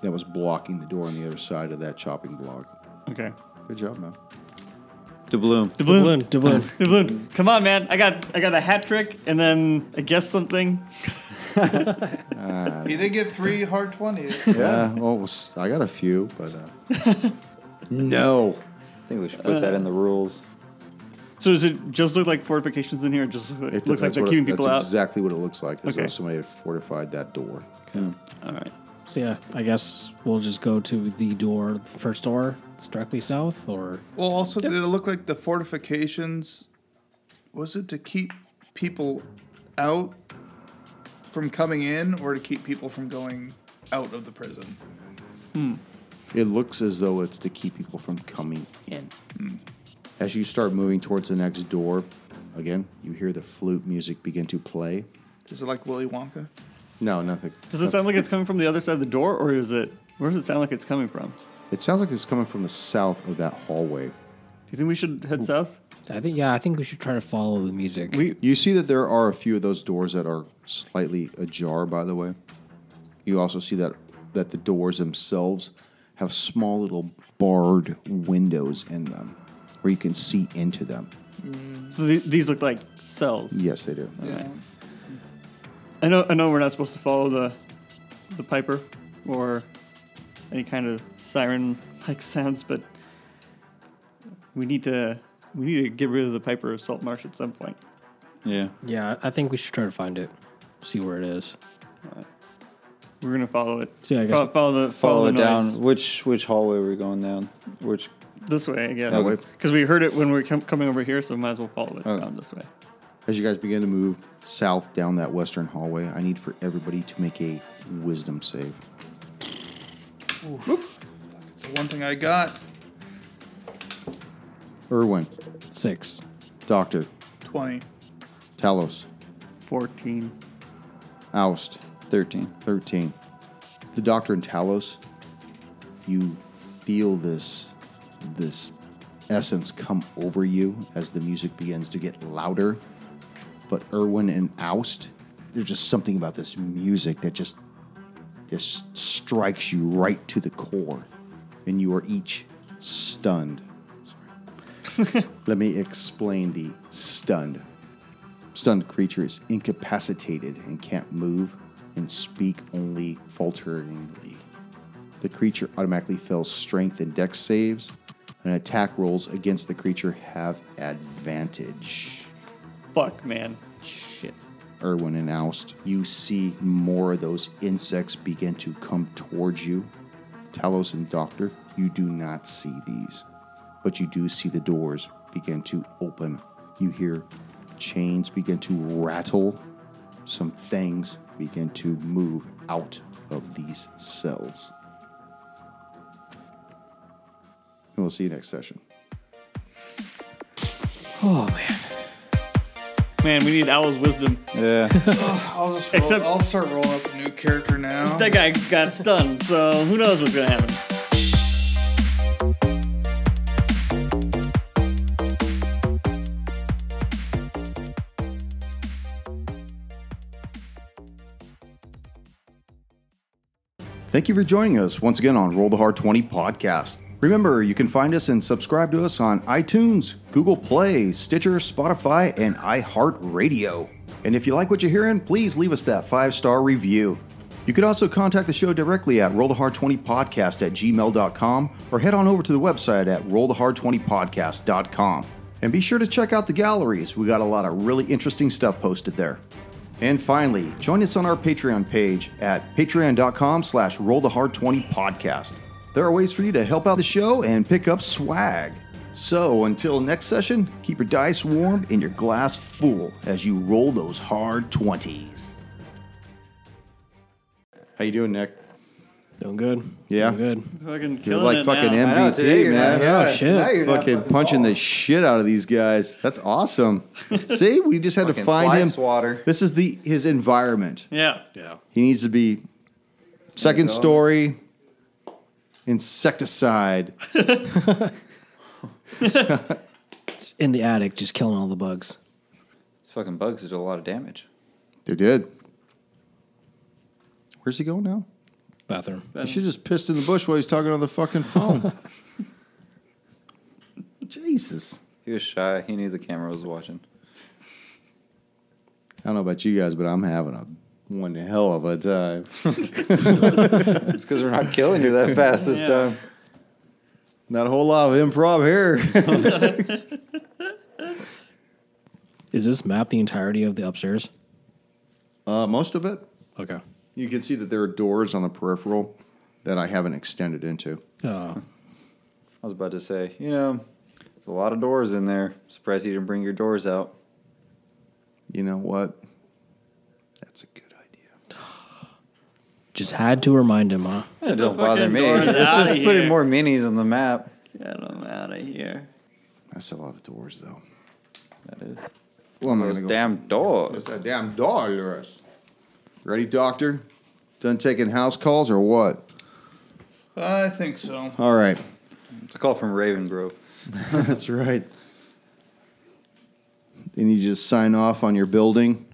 B: that was blocking the door on the other side of that chopping block.
E: Okay.
B: Good job, man.
D: Bloom.
E: Doubloon.
F: doubloon.
E: Doubloon. Come on, man. I got. I got a hat trick, and then I guessed something.
C: You did get three hard twenties.
B: Yeah. Well, it was- I got a few, but uh, no.
D: I think we should put that in the rules.
E: So does it just look like fortifications in here? It just look-
B: It-
E: looks like
B: that's
E: they're
B: what it-
E: keeping people out.
B: That's exactly what it looks like. As though
E: Okay.
B: somebody had fortified that door.
E: All right.
F: So yeah, I guess we'll just go to the door, the first door. It's directly south, or
C: Well, also, did it look like the fortifications? Was it to keep people out from coming in, or to keep people from going out of the prison?
B: It looks as though it's to keep people from coming in.
E: Hmm.
B: As you start moving towards the next door, again, you hear the flute music begin to play.
C: Is it like Willy Wonka?
B: No, nothing.
E: Does it sound like it's coming from the other side of the door, or is it? Where does it sound like it's coming from? Do
B: It sounds like it's coming from the south of that hallway.
E: you think we should head south?
F: I think yeah, I think we should try to follow the music.
E: We
B: You see that there are a few of those doors that are slightly ajar, by the way. You also see that that the doors themselves have small little barred windows in them where you can see into them.
E: so th- these look like cells.
B: Yes, they do.
E: Alright. I know. I know we're not supposed to follow the the piper or any kind of siren like sounds, but we need to we need to get rid of the piper of salt marsh at some point.
D: Yeah.
F: yeah, I think we should try to find it, see where it is.
E: We're gonna follow it.
F: See, I guess-
E: Fo- follow the follow,
D: Follow
E: the
D: it down.
E: noise.
D: Which which hallway were we going down? Which
E: this way, I guess.
B: That way.
E: Because we heard it when we were com- coming over here, so we might as well follow it down this way.
B: As you guys begin to move south down that western hallway, I need for everybody to make a wisdom save.
C: It's the one thing I got.
B: Irwin,
F: Six.
B: Doctor,
C: 20.
B: Talos,
E: Fourteen.
B: Oust,
D: thirteen?
B: 13. The Doctor and Talos, you feel this this essence come over you as the music begins to get louder. But Irwin and Oust, there's just something about this music that just just strikes you right to the core, and you are each stunned. Sorry. Let me explain the stunned Stunned creature is incapacitated and can't move and speak only falteringly. The creature automatically fails strength and dex saves, and attack rolls against the creature have advantage.
E: Fuck, man.
F: Shit.
B: Erwin and Oust, you see more of those insects begin to come towards you. Talos and Doctor, you do not see these, but you do see the doors begin to open. You hear chains begin to rattle. Some things begin to move out of these cells. And we'll see you next session.
F: Oh man.
E: Man, we need Owl's wisdom.
D: Yeah.
C: I'll just roll,
E: Except-
C: I'll start rolling up a new character now.
E: That guy got stunned, so who knows what's gonna happen.
A: Thank you for joining us once again on Roll the Hard 20 podcast. Remember, you can find us and subscribe to us on iTunes, Google Play, Stitcher, Spotify, and iHeartRadio. And if you like what you're hearing, please leave us that five star review. You can also contact the show directly at rollthehard20podcast at gmail.com or head on over to the website at rollthehard20podcast.com. And be sure to check out the galleries. We got a lot of really interesting stuff posted there. And finally, join us on our Patreon page at patreon.com slash roll the hard 20 podcast. There are ways for you to help out the show and pick up swag. So until next session, keep your dice warm and your glass full as you roll those hard 20s.
B: How you doing, Nick?
F: Doing good.
B: Yeah.
F: Doing good.
E: Fucking
B: You're
E: killing
B: like
E: it
B: fucking
E: now.
D: I know,
B: MVP,
D: today you're
B: man.
D: not- oh, yeah,
F: shit.
D: tonight you're not
B: fucking punching the shit out of these guys. That's awesome. See, we just had to
D: Fucking
B: find
D: fly
B: him.
D: swatter.
B: This is the his environment.
E: Yeah.
B: He needs to be second
D: His own.
B: story insecticide.
F: Just in the attic, just killing all the bugs.
D: These fucking bugs did a lot of damage.
B: They did. Where's he going now?
F: Bathroom.
B: He should just pissed in the bush while he's talking on the fucking phone. Jesus.
D: He was shy. He knew the camera was watching.
B: I don't know about you guys, but I'm having a one hell of a time.
D: It's because we're not killing you that fast this
E: Yeah.
D: time.
B: Not a whole lot of improv here.
F: Is this map the entirety of the upstairs?
B: uh, most of it.
F: Okay.
B: You can see that there are doors on the peripheral that I haven't extended into.
F: Oh.
D: I was about to say, you know, there's a lot of doors in there. Surprised you didn't bring your doors out.
B: You know what? That's a good idea.
F: Just had to remind him, huh?
D: It don't bother
E: fucking
D: me.
E: doors
D: It's
E: outta
D: just
E: here.
D: putting more minis on the map.
E: Get him out of here.
B: That's a lot of doors, though.
D: That is.
B: Well, I'm
D: Those damn doors.
B: damn doors. Ready, doctor? Done taking house calls or what?
C: I think so.
B: All right.
D: It's a call from Raven Grove.
B: That's right. They need you to sign off on your building.